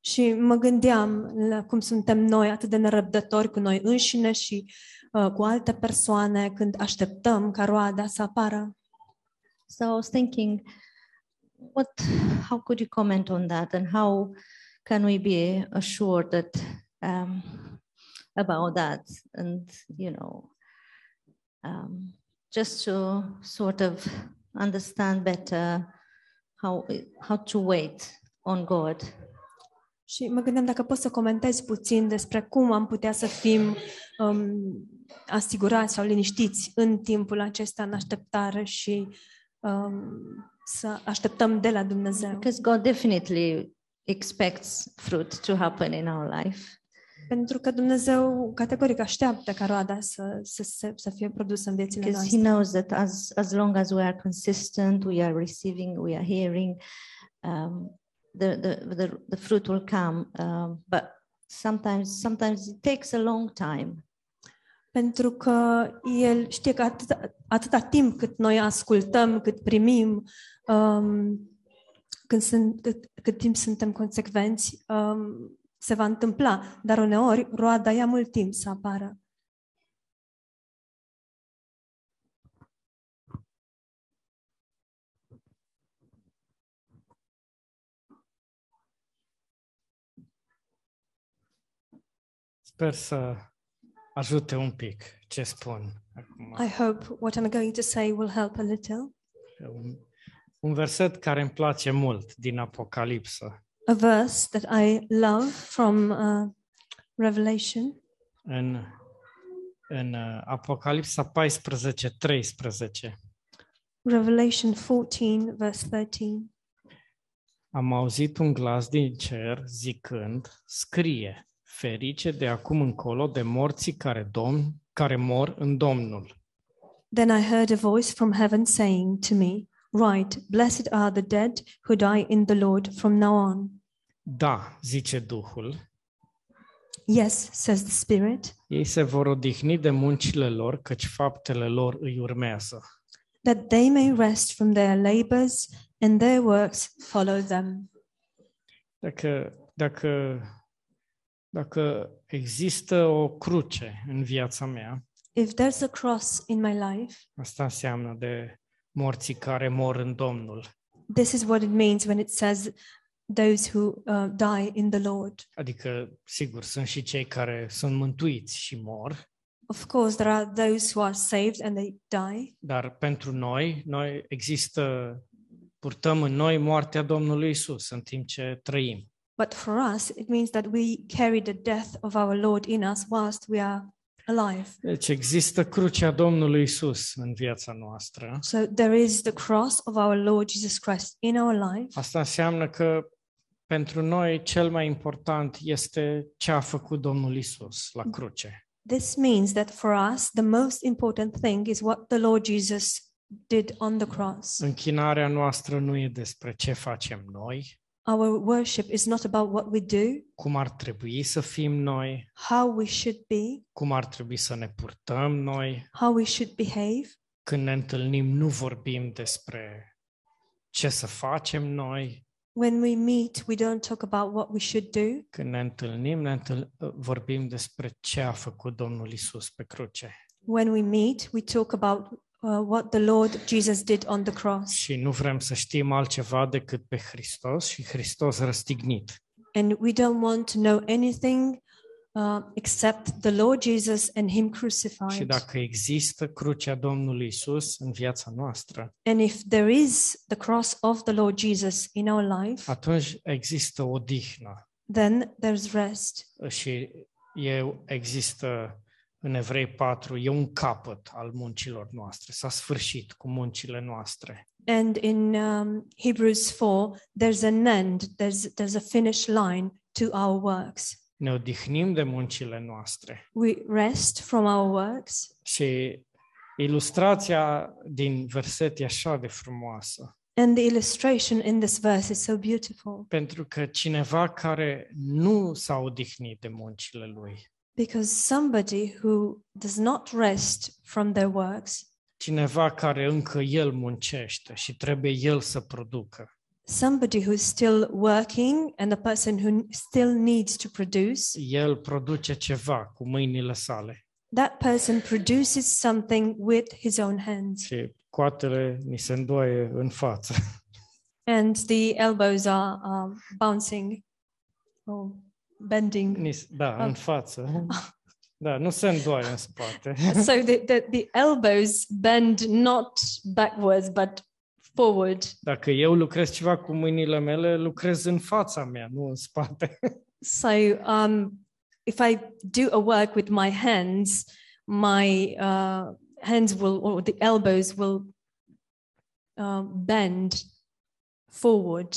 Speaker 2: Și mă gândeam la cum suntem noi atât de nerăbdători cu noi înșine și uh, cu alte persoane când așteptăm ca roada să apară.
Speaker 7: so i was thinking what, how could you comment on that? And how can we be assured that um, about that? And, you know, um, just to sort of understand better how, how to wait on God.
Speaker 2: Și mă gândeam dacă poți să comentezi puțin despre cum am putea să fim um, asigurați sau liniștiți în timpul acesta în așteptare și um, să așteptăm de la Dumnezeu.
Speaker 7: Because God definitely expects fruit to happen in our life.
Speaker 2: Pentru că Dumnezeu categoric așteaptă ca roada să, să, să, să fie produsă în viețile
Speaker 7: Because He
Speaker 2: noastre.
Speaker 7: knows that as, as long as we are consistent, we are receiving, we are hearing, um, the, the, the, the fruit will come. Um, but sometimes, sometimes it takes a long time.
Speaker 2: Pentru că El știe că atâta, atâta timp cât noi ascultăm, cât primim, um, când sunt, cât, cât timp suntem consecvenți, um, se va întâmpla. Dar uneori roada ia mult timp să apară.
Speaker 4: Sper să ajute un pic ce spun acum.
Speaker 2: I hope what I'm going to say will help a little.
Speaker 4: Un, un verset care îmi place mult din Apocalipsă,
Speaker 2: A verse that I love from uh, Revelation.
Speaker 4: în, în uh, Apocalipsa 14, 13.
Speaker 2: Revelation 14, verse 13.
Speaker 4: Am auzit un glas din cer zicând, scrie, ferice de acum încolo de morții care, domn, care mor în Domnul.
Speaker 2: Then I heard a voice from heaven saying to me, Write, blessed are the dead who die in the Lord from now on.
Speaker 4: Da, zice Duhul,
Speaker 2: Yes, says the Spirit,
Speaker 4: ei se vor odihni de muncile lor, căci faptele lor îi urmează.
Speaker 2: that they may rest from their labors and their works follow them.
Speaker 4: Dacă, dacă, dacă există o cruce în viața mea,
Speaker 2: If there's a cross in my life,
Speaker 4: asta înseamnă de morții care mor în Domnul.
Speaker 2: this is what it means when it says, Those who uh, die in the Lord.
Speaker 4: Adică, sigur, sunt și cei care sunt mântuiți și mor,
Speaker 2: Of course, there are those who are saved and they die,
Speaker 4: dar pentru noi, noi există, purtăm în noi moartea Domnului Isus în timp ce trăim.
Speaker 2: but for us, it means that we carry the death of our Lord in us whilst we are alive.
Speaker 4: Deci există crucea Domnului Isus în viața noastră.
Speaker 2: So there is the cross of our Lord Jesus Christ in our life.
Speaker 4: Asta înseamnă că pentru noi cel mai important este ce a făcut Domnul Isus la cruce.
Speaker 2: This means that for us, the most important thing is what the Lord Jesus did on the cross.
Speaker 4: Închinarea noastră nu e despre ce facem noi,
Speaker 2: Our worship is not about what we do,
Speaker 4: cum ar trebui să fim noi,
Speaker 2: how we should be,
Speaker 4: cum ar trebui să ne purtăm noi.
Speaker 2: how we should behave.
Speaker 4: Când ne întâlnim, nu vorbim despre ce să facem noi.
Speaker 2: When we meet, we don't talk about what we should do.
Speaker 4: Când ne întâlnim, ne întâl- vorbim despre ce a făcut Domnul Isus pe cruce.
Speaker 2: When we meet, we talk about uh, what the Lord Jesus did on the cross.
Speaker 4: Și nu vrem să știm altceva decât pe Hristos și Hristos răstignit.
Speaker 2: And we don't want to know anything uh, except the Lord Jesus and Him
Speaker 4: Și
Speaker 2: crucified.
Speaker 4: dacă există crucea Domnului Isus în viața noastră,
Speaker 2: And if there is the cross of the Lord Jesus in our life,
Speaker 4: atunci există o dihnă
Speaker 2: then there's rest.
Speaker 4: și e, există în Evrei 4, e un capăt al muncilor noastre, s-a sfârșit cu muncile noastre.
Speaker 2: And in um, Hebrews 4, there's an end, there's, there's a finish line to our works.
Speaker 4: Ne odihnim de muncile noastre.
Speaker 2: We rest from our works.
Speaker 4: Și ilustrația din verset e așa de frumoasă,
Speaker 2: And the illustration in this verse is so beautiful
Speaker 4: pentru că cineva care nu s-a odihnit de muncile lui,
Speaker 2: because somebody who does not rest from their works,
Speaker 4: cineva care încă el muncește și trebuie el să producă,
Speaker 2: somebody who's still working and a person who n- still needs to produce,
Speaker 4: el produce ceva cu mâinile sale
Speaker 2: that person produces something with his own hands.
Speaker 4: și coatele ni se îndoaie în față.
Speaker 2: and the elbows are um, bouncing or bending.
Speaker 4: Ni- Da, în
Speaker 2: Ah.
Speaker 4: față. Da, nu se îndoaie în spate.
Speaker 2: so the, the, the elbows bend not backwards but forward.
Speaker 4: Dacă eu lucrez ceva cu mâinile mele, lucrez în fața mea, nu în spate.
Speaker 2: So um, if I do a work with my hands, my uh, hands will, or the elbows will uh, bend forward,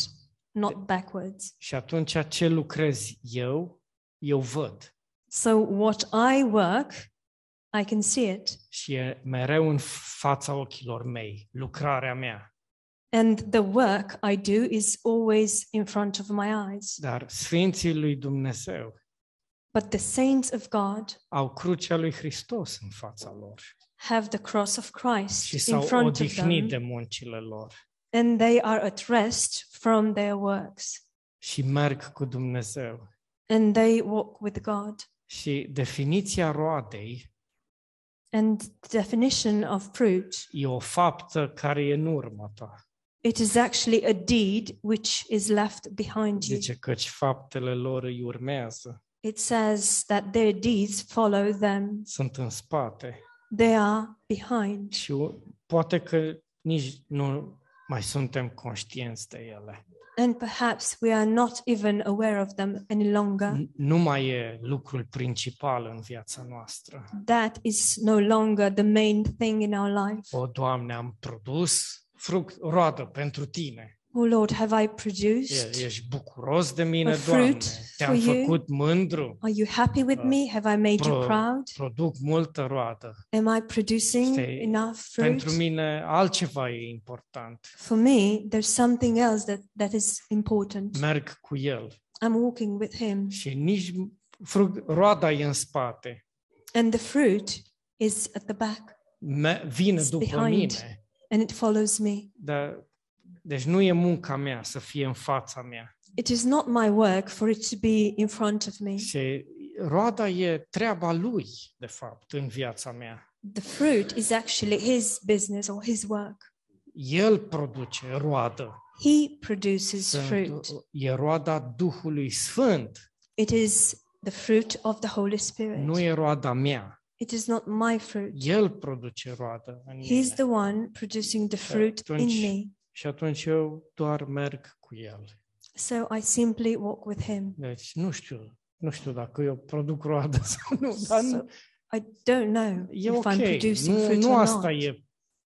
Speaker 2: not backwards.
Speaker 4: Și atunci ce lucrez eu, eu văd.
Speaker 2: So what I work, I can see it.
Speaker 4: Și e mereu în fața ochilor mei, lucrarea mea.
Speaker 2: And the work I do is always in front of my eyes.
Speaker 4: Dar Sfinții lui Dumnezeu
Speaker 2: But the saints of God
Speaker 4: au crucea lui Hristos în fața lor
Speaker 2: have the cross of
Speaker 4: și
Speaker 2: Christ in
Speaker 4: s-au
Speaker 2: front da. of
Speaker 4: odihnit de
Speaker 2: them,
Speaker 4: muncile lor
Speaker 2: and they are at rest from their works,
Speaker 4: și merg cu Dumnezeu.
Speaker 2: and they walk with God.
Speaker 4: Și definiția roadei
Speaker 2: And the definition of fruit,
Speaker 4: e o faptă care e în urma ta.
Speaker 2: it is actually a deed which is left behind you.
Speaker 4: Zice căci faptele lor îi urmează,
Speaker 2: It says that their deeds follow them,
Speaker 4: sunt în spate.
Speaker 2: they are behind.
Speaker 4: Și o- poate că nici nu mai suntem conștienți de ele.
Speaker 2: And perhaps we are not even aware of them any longer.
Speaker 4: N- Nu mai e lucrul principal în viața noastră.
Speaker 2: That is no longer the main thing in our life.
Speaker 4: O, Doamne, am produs fruct, roadă pentru tine.
Speaker 2: Oh Lord, have I
Speaker 4: E-
Speaker 2: produced?
Speaker 4: Ești bucuros de mine,
Speaker 2: fruit
Speaker 4: Doamne.
Speaker 2: for
Speaker 4: Te-am
Speaker 2: you.
Speaker 4: făcut mândru.
Speaker 2: Are you happy with
Speaker 4: Uh,
Speaker 2: me? Have I made you
Speaker 4: pro-
Speaker 2: proud?
Speaker 4: Produc multă roadă.
Speaker 2: Am I producing
Speaker 4: Este-
Speaker 2: enough fruit?
Speaker 4: Pentru mine altceva e important.
Speaker 2: For me, there's something else that, that is important.
Speaker 4: Merg cu el.
Speaker 2: I'm walking with Him,
Speaker 4: Și nici fruct, roada e în spate.
Speaker 2: and the fruit is at the back
Speaker 4: Me- vine
Speaker 2: It's
Speaker 4: după
Speaker 2: behind.
Speaker 4: mine.
Speaker 2: and it follows me.
Speaker 4: Dar, deci nu e munca mea să fie în fața mea.
Speaker 2: It is not my work for it to be in front of me.
Speaker 4: Și roada e treaba lui, de fapt, în viața mea.
Speaker 2: The fruit is actually His business or His work.
Speaker 4: El produce roadă.
Speaker 2: He produces
Speaker 4: Sunt,
Speaker 2: fruit.
Speaker 4: e roada Duhului Sfânt.
Speaker 2: It is the fruit of the Holy
Speaker 4: Nu
Speaker 2: Spirit.
Speaker 4: e roada mea.
Speaker 2: It is not my fruit.
Speaker 4: El produce roadă în mine.
Speaker 2: He's the one producing the fruit in
Speaker 4: atunci-
Speaker 2: me.
Speaker 4: Și atunci eu doar merg cu el.
Speaker 2: So I simply walk with Him.
Speaker 4: Deci nu știu, nu știu dacă eu produc roadă sau nu, dar
Speaker 2: So,
Speaker 4: nu,
Speaker 2: I don't know
Speaker 4: e
Speaker 2: if
Speaker 4: ok.
Speaker 2: I'm producing
Speaker 4: Nu,
Speaker 2: fruit
Speaker 4: nu
Speaker 2: or
Speaker 4: asta
Speaker 2: not.
Speaker 4: e.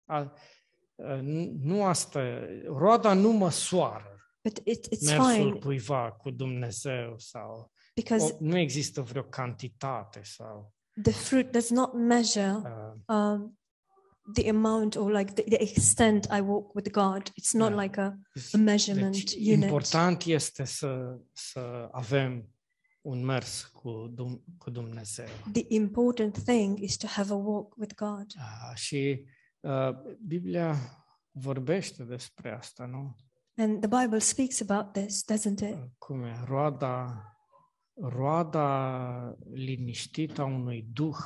Speaker 4: A, a, nu- nu asta e. Roada nu măsoară
Speaker 2: But it, it's
Speaker 4: mersul
Speaker 2: fine
Speaker 4: cuiva cu Dumnezeu sau
Speaker 2: because
Speaker 4: o, nu există vreo cantitate sau
Speaker 2: the fruit does not measure
Speaker 4: uh,
Speaker 2: um, the amount or like the, the extent I walk with God. It's not
Speaker 4: Da.
Speaker 2: like a,
Speaker 4: Deci,
Speaker 2: a measurement unit.
Speaker 4: Eh. important este să, să avem un mers cu, Dum- cu Dumnezeu.
Speaker 2: The important thing is to have a walk with God.
Speaker 4: Ah, și uh, Biblia vorbește despre asta, nu?
Speaker 2: And the Bible speaks about this, doesn't it?
Speaker 4: Uh, Cum e? Roada, roada liniștită a unui duh.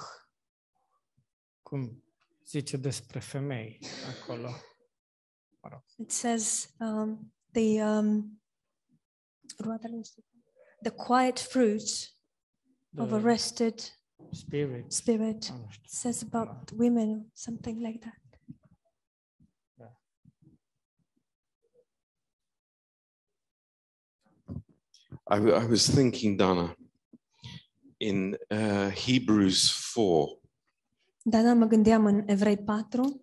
Speaker 4: Cum zice despre femei acolo.
Speaker 2: It says um, the um, the quiet fruit of a
Speaker 4: The Ah.
Speaker 2: rested
Speaker 4: Spirit.
Speaker 2: spirit.
Speaker 4: Nu știu.
Speaker 2: says about women or something like that.
Speaker 1: I, w- I was thinking, Donna, in uh, Hebrews 4,
Speaker 2: Dar da, mă gândeam în Evrei 4,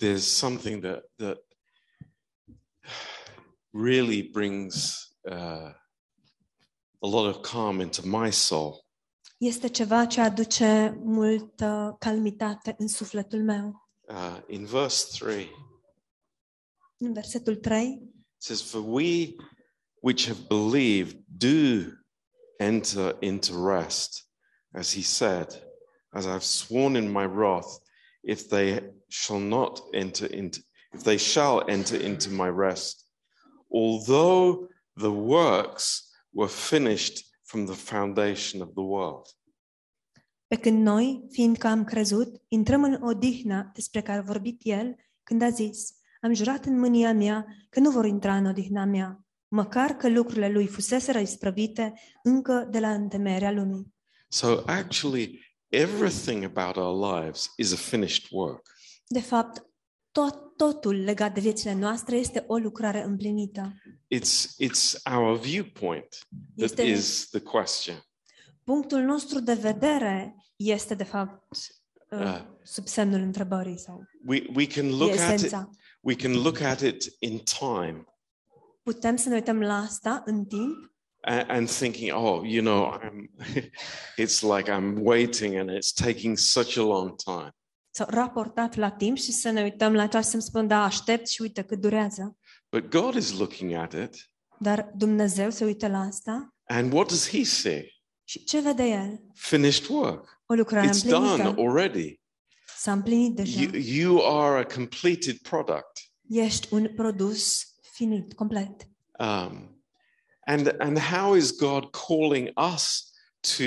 Speaker 1: there's something that, that really brings uh, a lot of calm into my soul.
Speaker 2: este ceva ce aduce multă calmitate în sufletul meu.
Speaker 1: Uh, in verse 3,
Speaker 2: În versetul 3,
Speaker 1: It says, For we which have believed do enter into rest, as he said, as I've sworn in my wrath, if they shall not enter into, if they shall enter into my rest, although the works were finished from the foundation of the world.
Speaker 2: pe când noi, fiindcă am crezut, intrăm în odihna despre care a vorbit el când a zis, Am jurat în mânia mea că nu vor intra în odihna mea, măcar că lucrurile lui fuseseră isprăvite încă de la întemeierea lumii.
Speaker 1: So actually, everything about our lives is a finished work.
Speaker 2: De fapt, tot, totul legat de viețile noastre este o lucrare împlinită.
Speaker 1: It's it's our viewpoint that
Speaker 2: Este-
Speaker 1: is the question.
Speaker 2: Punctul nostru de vedere este, de fapt, uh,
Speaker 1: Ah.
Speaker 2: sub semnul întrebării sau
Speaker 1: We we can
Speaker 2: e
Speaker 1: look at it.
Speaker 2: esența.
Speaker 1: We can look at it in time
Speaker 2: Putem să ne uităm la asta în timp
Speaker 1: and, and thinking, oh, you know, I'm. it's like I'm waiting and it's taking such a long time.
Speaker 2: sau raportat la timp și să ne uităm la ceas să-mi spun, da, aștept și uite cât durează.
Speaker 1: But God is looking at it,
Speaker 2: Dar Dumnezeu se uită la asta
Speaker 1: and what does He see?
Speaker 2: și ce vede El?
Speaker 1: Finished work.
Speaker 2: O lucrare
Speaker 1: It's
Speaker 2: împlinită.
Speaker 1: done already.
Speaker 2: S-a împlinit deja.
Speaker 1: You you are a completed product.
Speaker 2: Ești un produs finit, complet.
Speaker 1: Um, and, and how is God calling us to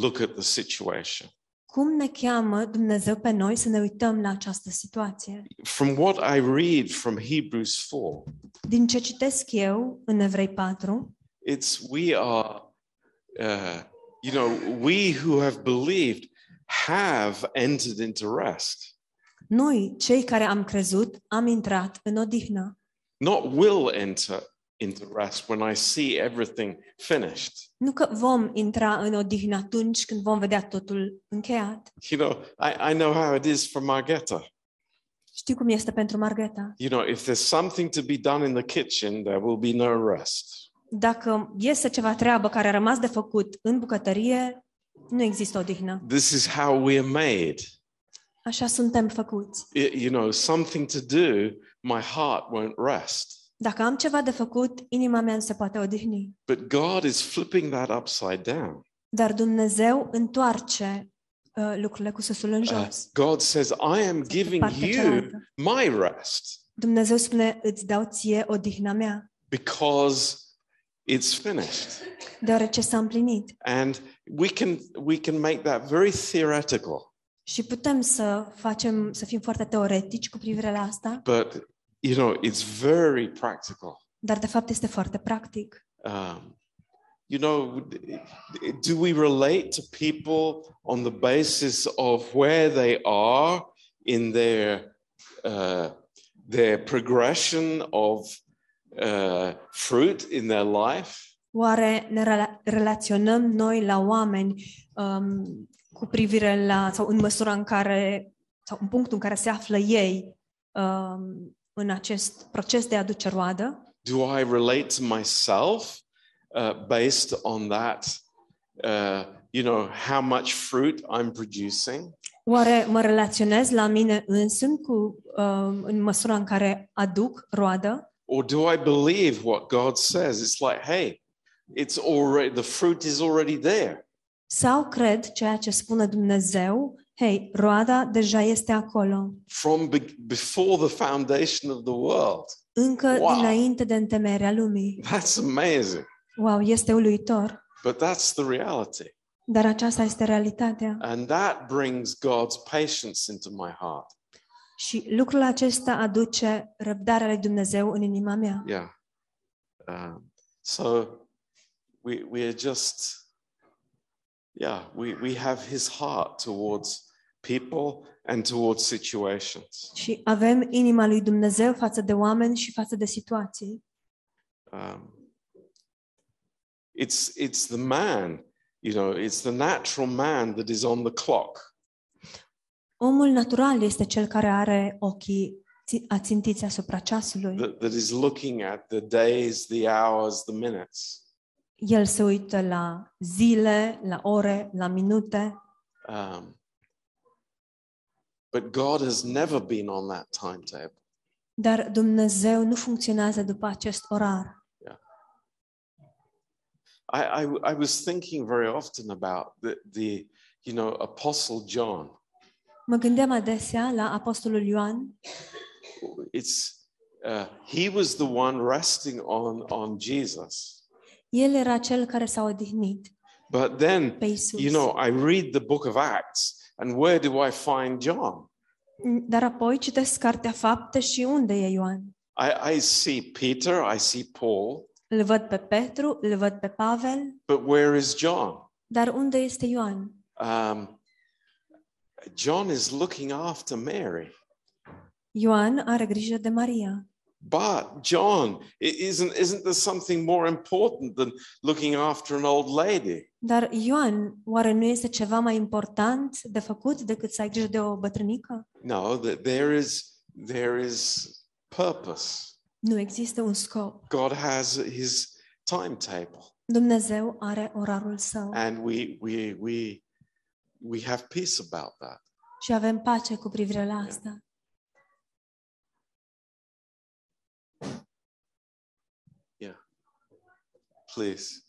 Speaker 1: look at the situation?
Speaker 2: Cum ne cheamă Dumnezeu pe noi să ne uităm la această situație?
Speaker 1: From what I read from Hebrews 4,
Speaker 2: Din ce citesc eu în Evrei 4,
Speaker 1: it's we are, uh, you know, we who have believed have entered into rest,
Speaker 2: noi, cei care am crezut, am intrat în odihnă.
Speaker 1: not will enter into rest when I see everything finished.
Speaker 2: Nu că vom intra în odihnă atunci când vom vedea totul încheiat.
Speaker 1: You know, I, I know how it is for Margetta.
Speaker 2: Știi cum este pentru Margareta?
Speaker 1: You know, if there's something to be done in the kitchen, there will be no rest.
Speaker 2: Dacă este ceva treabă care a rămas de făcut în bucătărie, nu există odihnă.
Speaker 1: This is how we are made.
Speaker 2: Așa suntem făcuți.
Speaker 1: it- you know, something to do, my heart won't rest.
Speaker 2: Dacă am ceva de făcut, inima mea nu se poate odihni.
Speaker 1: But God is flipping that upside down.
Speaker 2: Dar Dumnezeu întoarce uh, lucrurile cu susul în
Speaker 1: Uh,
Speaker 2: jos.
Speaker 1: God says, I am giving
Speaker 2: partea
Speaker 1: you
Speaker 2: cealaltă.
Speaker 1: my rest
Speaker 2: Dumnezeu spune, îți dau ție odihna mea,
Speaker 1: because it's finished.
Speaker 2: deoarece s-a împlinit.
Speaker 1: And we can we can make that very theoretical,
Speaker 2: Și putem să facem, să fim foarte teoretici cu privire la asta,
Speaker 1: but you know, it's very practical.
Speaker 2: dar de fapt este foarte practic.
Speaker 1: Um, you know, do we relate to people on the basis of where they are in their uh, their progression of uh, fruit in their life?
Speaker 2: Oare ne rela- relaționăm noi la oameni um, cu privire la, sau în măsura în care, sau în punctul în care se află ei um, în acest proces de a aduce roadă?
Speaker 1: Do I relate to myself uh, based on that? Uh, you know, how much fruit I'm producing?
Speaker 2: Oare mă relaționez la mine însumi cu, um, în măsura în care aduc roadă?
Speaker 1: Or do I believe what God says? It's like, hey, it's already, the fruit is already there.
Speaker 2: Sau cred ceea ce spune Dumnezeu, hei, roada deja este acolo.
Speaker 1: from be- before the foundation of the world.
Speaker 2: încă
Speaker 1: Wow!
Speaker 2: wow. dinainte de întemeierea lumii.
Speaker 1: That's amazing.
Speaker 2: Wow, este uluitor,
Speaker 1: But that's the reality.
Speaker 2: dar aceasta este realitatea.
Speaker 1: And that brings God's patience into my heart.
Speaker 2: Și lucrul acesta aduce răbdarea lui Dumnezeu în inima mea.
Speaker 1: Yeah. Um, so we, we are just, yeah, we, we have his heart towards people and towards situations.
Speaker 2: Și avem inima lui Dumnezeu față de oameni și față de situații.
Speaker 1: Um, it's, it's the man, you know, it's the natural man that is on the clock.
Speaker 2: Omul natural este cel care are ochii ți- ațintiți asupra ceasului.
Speaker 1: that, that is looking at the days, the hours, the minutes.
Speaker 2: El se uită la zile, la ore, la minute,
Speaker 1: Um, but God has never been on that timetable.
Speaker 2: dar Dumnezeu nu funcționează după acest orar.
Speaker 1: I, I, I was thinking very often about the, the, you know, Apostle John.
Speaker 2: Mă gândeam adesea la Apostolul Ioan
Speaker 1: It's, uh, he was the one resting on, on Jesus.
Speaker 2: El era cel care s-a odihnit
Speaker 1: But then,
Speaker 2: pe Isus.
Speaker 1: you know, I read the book of Acts, and where do I find John?
Speaker 2: Dar apoi citesc cartea Fapte și unde e Ioan?
Speaker 1: I, I see Peter, I see Paul,
Speaker 2: Îl văd pe Petru, îl văd pe Pavel,
Speaker 1: but where is John?
Speaker 2: dar unde este Ioan?
Speaker 1: Um, John is looking after Mary,
Speaker 2: Ioan are grijă de Maria.
Speaker 1: but John, i- isn't isn't there something more important than looking after an old lady?
Speaker 2: Dar Ioan, oare nu este ceva mai important de făcut decât să ai grijă de o bătrânică?
Speaker 1: No, that there is there is purpose.
Speaker 2: Nu există un scop.
Speaker 1: God has His timetable,
Speaker 2: Dumnezeu are orarul său
Speaker 1: and we we we we have peace about that.
Speaker 2: și avem pace cu privire la asta.
Speaker 1: Please.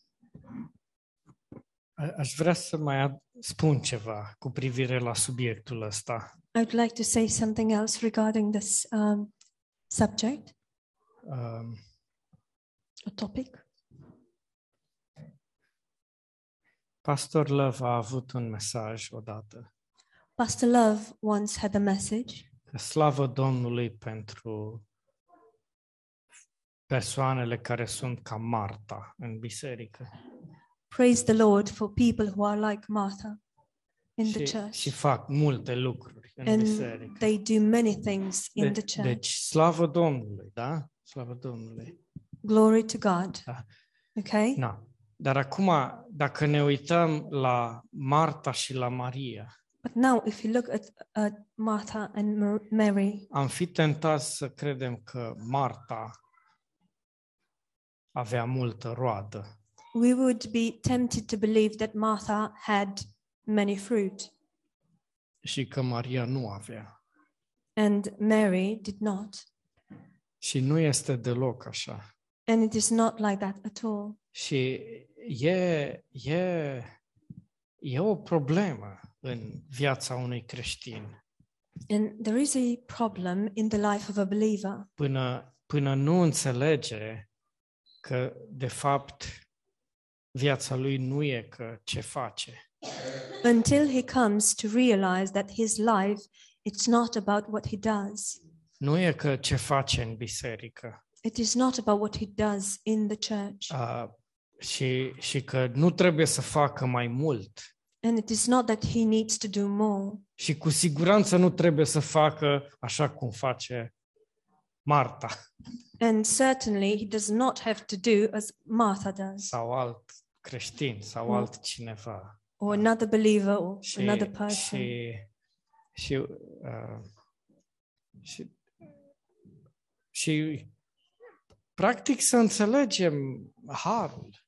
Speaker 4: A- Aș vrea să mai ad- spun ceva cu privire la subiectul ăsta.
Speaker 2: I would like to say something else regarding this um, subject,
Speaker 4: Um,
Speaker 2: a topic.
Speaker 4: Pastor Love a avut un mesaj odată.
Speaker 2: Pastor Love once had a message
Speaker 4: Că Slavă Domnului pentru persoanele care sunt ca Marta în biserică
Speaker 2: Praise the Lord for people who are like Martha in the
Speaker 4: și,
Speaker 2: church.
Speaker 4: și fac multe lucruri în biserică.
Speaker 2: and they do many things in the
Speaker 4: De, deci,
Speaker 2: church.
Speaker 4: slavă Domnului, da? Slavă Domnului.
Speaker 2: Glory to God.
Speaker 4: Da.
Speaker 2: Okay?
Speaker 4: Na. Dar acum, dacă ne uităm la Marta și la Maria,
Speaker 2: But now, if you look at, at Martha and Mar- Mary,
Speaker 4: am fi tentați să credem că Marta avea multă roadă.
Speaker 2: we would be tempted to believe that Martha had many fruit
Speaker 4: și că Maria nu avea.
Speaker 2: and Mary did not.
Speaker 4: Și nu este deloc așa.
Speaker 2: And it is not like that at all.
Speaker 4: Și e, e, e o problemă în viața unui creștin.
Speaker 2: And there is a problem in the life of a believer
Speaker 4: Până, până nu înțelege că, de fapt, viața lui nu e că ce face,
Speaker 2: until he comes to realize that his life it's not about what he does.
Speaker 4: nu e că ce face în biserică.
Speaker 2: It is not about what he does in the church.
Speaker 4: Uh, și, și că nu trebuie să facă mai mult.
Speaker 2: And it is not that he needs to do more.
Speaker 4: Și cu siguranță nu trebuie să facă așa cum face Marta.
Speaker 2: And certainly he does not have to do as Martha does,
Speaker 4: sau alt creștin sau
Speaker 2: Mm.
Speaker 4: altcineva.
Speaker 2: or another believer, or
Speaker 4: Și,
Speaker 2: another person.
Speaker 4: și, și, uh, și, și practic să înțelegem harul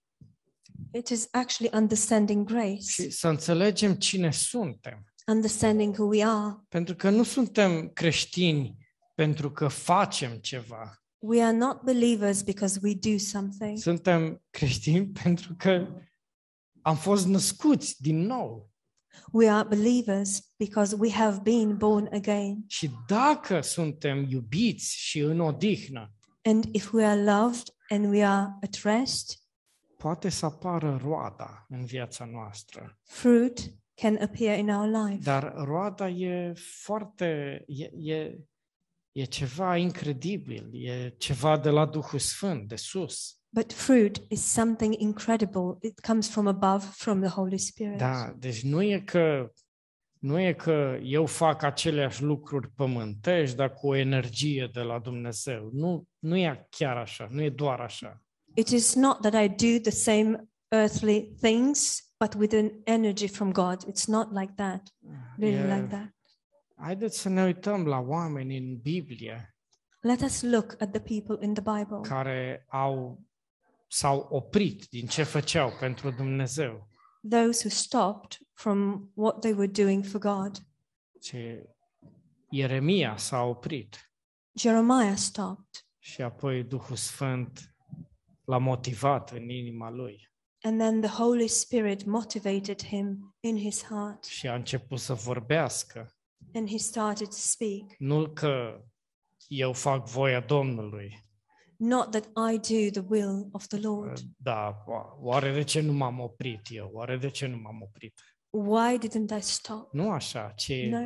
Speaker 2: It is actually understanding
Speaker 4: și
Speaker 2: grace,
Speaker 4: să înțelegem cine suntem.
Speaker 2: understanding who we are.
Speaker 4: Pentru că nu suntem creștini pentru că facem ceva.
Speaker 2: We are not believers because we do something.
Speaker 4: Suntem creștini pentru că am fost născuți din nou.
Speaker 2: We are believers because we have been born again.
Speaker 4: Și dacă suntem iubiți și în odihnă,
Speaker 2: And if we are loved and we are at rest,
Speaker 4: poate să apară roada în viața noastră,
Speaker 2: fruit can appear in our life.
Speaker 4: dar roada e foarte, e, e, e ceva incredibil, e ceva de la Duhul Sfânt, de sus.
Speaker 2: But fruit is something incredible. It comes from above, from the Holy Spirit.
Speaker 4: Da, deci nu e că nu e că eu fac aceleași lucruri pământești, dar cu o energie de la Dumnezeu. Nu, nu e chiar așa, nu e doar așa.
Speaker 2: It is not that I do the same earthly things, but with an energy from God. It's not like that, really
Speaker 4: E-
Speaker 2: like that.
Speaker 4: Haideți să ne uităm la oameni în Biblie
Speaker 2: Let us look at the people in the Bible
Speaker 4: care au s-au oprit din ce făceau pentru Dumnezeu.
Speaker 2: those who stopped from what they were doing for God.
Speaker 4: Și Ieremia s-a oprit
Speaker 2: Jeremiah stopped,
Speaker 4: și apoi Duhul Sfânt l-a motivat în inima lui
Speaker 2: and then the Holy Spirit motivated him in his heart,
Speaker 4: și a început să vorbească.
Speaker 2: and he started to speak.
Speaker 4: Nu că eu fac voia Domnului,
Speaker 2: Not that I do the will of the Lord.
Speaker 4: dar o- da, oare de ce nu m-am oprit eu? Oare de ce nu m-am oprit?
Speaker 2: Why didn't I stop?
Speaker 4: Nu așa, ci
Speaker 2: No,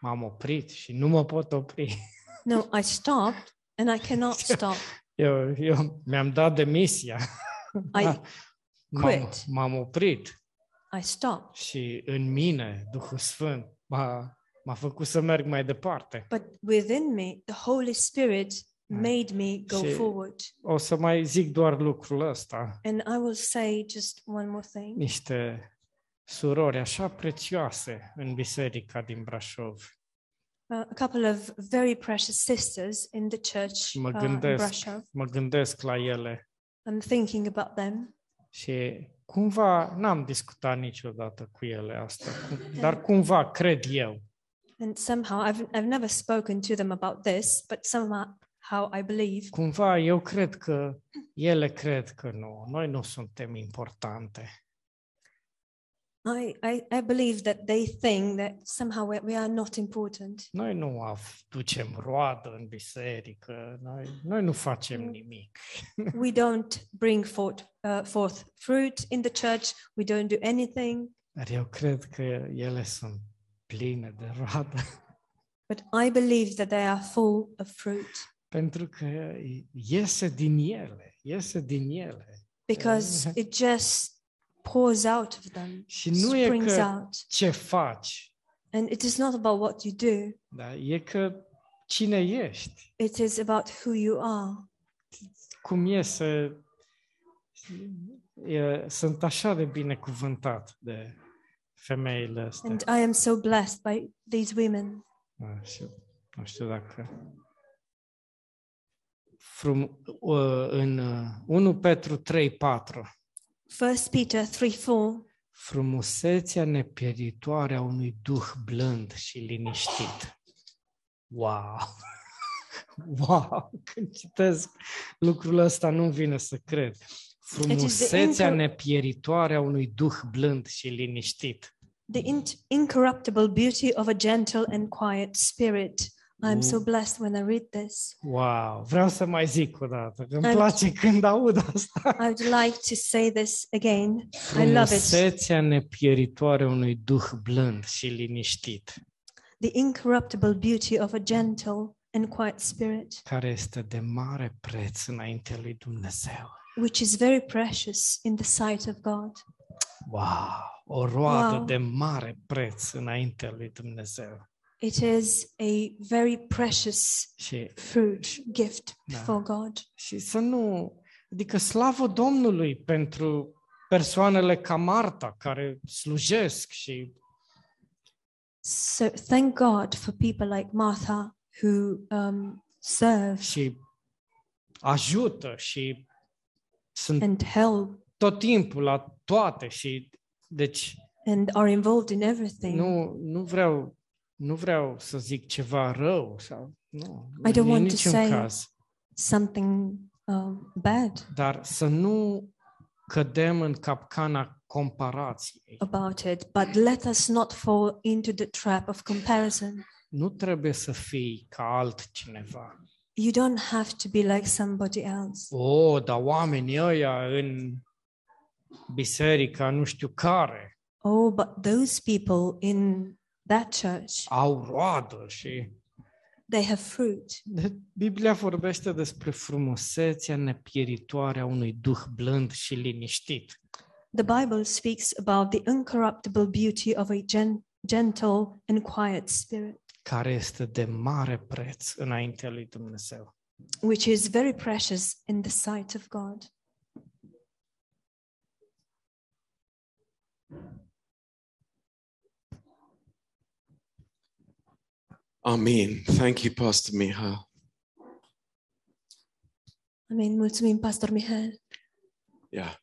Speaker 4: m-am oprit și nu mă pot opri.
Speaker 2: No, I stopped and I cannot stop.
Speaker 4: Eu, eu mi-am dat demisia.
Speaker 2: I,
Speaker 4: M-am,
Speaker 2: quit.
Speaker 4: m-am oprit
Speaker 2: I stopped.
Speaker 4: și în mine Duhul Sfânt m-a, m-a făcut să merg mai departe.
Speaker 2: But within me, the Holy Spirit
Speaker 4: Mm.
Speaker 2: made me go
Speaker 4: Sì.
Speaker 2: forward.
Speaker 4: O să mai zic doar lucrul ăsta.
Speaker 2: And I will say just one more thing.
Speaker 4: Niște surori așa prețioase în biserica din Brașov.
Speaker 2: Uh, a couple of very precious sisters in the church
Speaker 4: Mă
Speaker 2: uh, in
Speaker 4: gândesc.
Speaker 2: Russia.
Speaker 4: Mă gândesc la ele
Speaker 2: I'm thinking about them.
Speaker 4: și cumva n-am discutat niciodată cu ele asta, cu- dar cumva cred eu
Speaker 2: And somehow, I've, I've never spoken to them about this, but somehow how I believe,
Speaker 4: Cumva eu cred că ele cred că nu, noi nu suntem importante.
Speaker 2: I, I, I believe that they think that somehow we, we are not important.
Speaker 4: Noi nu aducem roadă în biserică, noi, noi nu facem nimic.
Speaker 2: we don't bring forth, uh, forth fruit in the church, we don't do anything.
Speaker 4: Dar eu cred că ele sunt pline de roadă,
Speaker 2: But I believe that they are full of fruit
Speaker 4: pentru că iese din ele, iese din ele.
Speaker 2: because it just pours out of them,
Speaker 4: Și nu e
Speaker 2: springs
Speaker 4: că
Speaker 2: out.
Speaker 4: ce faci,
Speaker 2: And it is not about what you do,
Speaker 4: dar e că cine ești,
Speaker 2: it is about who you are.
Speaker 4: cum e să... E, sunt așa de binecuvântat de femeile astea.
Speaker 2: And I am so blessed by these women.
Speaker 4: Da, și nu știu dacă... Frum, uh, în uh, 1 Petru 3, 4.
Speaker 2: First Peter 3 4
Speaker 4: Frumusețea nepieritoare a unui duh blând și liniștit. Wow! Wow! Când citesc lucrul ăsta, nu vine să cred. Frumusețea
Speaker 2: inter-
Speaker 4: nepieritoare a unui duh blând și liniștit.
Speaker 2: The in- incorruptible beauty of a gentle and quiet spirit. I am so blessed when I read this.
Speaker 4: Wow! Vreau să mai zic o dată, că îmi
Speaker 2: Am-
Speaker 4: place când aud asta.
Speaker 2: I would like to say this again. I
Speaker 4: Mm,
Speaker 2: love it.
Speaker 4: Frumusețea nepieritoare a unui duh blând și liniștit,
Speaker 2: The incorruptible beauty of a gentle and quiet spirit,
Speaker 4: care este de mare preț înaintea lui Dumnezeu.
Speaker 2: which is very precious in the sight of God.
Speaker 4: Wow! O roadă
Speaker 2: Wow.
Speaker 4: de mare preț înaintea lui Dumnezeu.
Speaker 2: It is a very precious
Speaker 4: Și,
Speaker 2: fruit gift
Speaker 4: Da.
Speaker 2: before God.
Speaker 4: și să nu... Adică slavă Domnului pentru persoanele ca Marta, care slujesc și
Speaker 2: So thank God for people like Martha who um, serve
Speaker 4: și ajută și sunt
Speaker 2: and help
Speaker 4: tot timpul la toate și deci
Speaker 2: and are involved in everything.
Speaker 4: Nu, nu vreau, nu vreau să zic ceva rău sau nu.
Speaker 2: I don't
Speaker 4: în
Speaker 2: want to
Speaker 4: niciun
Speaker 2: say-
Speaker 4: caz.
Speaker 2: Something um, bad
Speaker 4: Dar să nu cădem în capcana comparației.
Speaker 2: about it, but let us not fall into the trap of comparison.
Speaker 4: Nu trebuie să fii ca altcineva.
Speaker 2: You don't have to be like somebody else.
Speaker 4: O, oh, dar oamenii ăia în biserica nu știu care
Speaker 2: Oh, but those people in that church,
Speaker 4: au roadă și...
Speaker 2: they have fruit.
Speaker 4: De- Biblia vorbește despre frumusețea nepieritoare a unui duh blând și liniștit.
Speaker 2: The Bible speaks about the incorruptible beauty of a gen- gentle and quiet spirit,
Speaker 4: care este de mare preț înaintea lui Dumnezeu.
Speaker 2: which is very precious in the sight of God.
Speaker 1: Amen. Thank you, Pastor Miha.
Speaker 2: Amin. Mulțumim, Pastor Mihail.
Speaker 1: Yeah.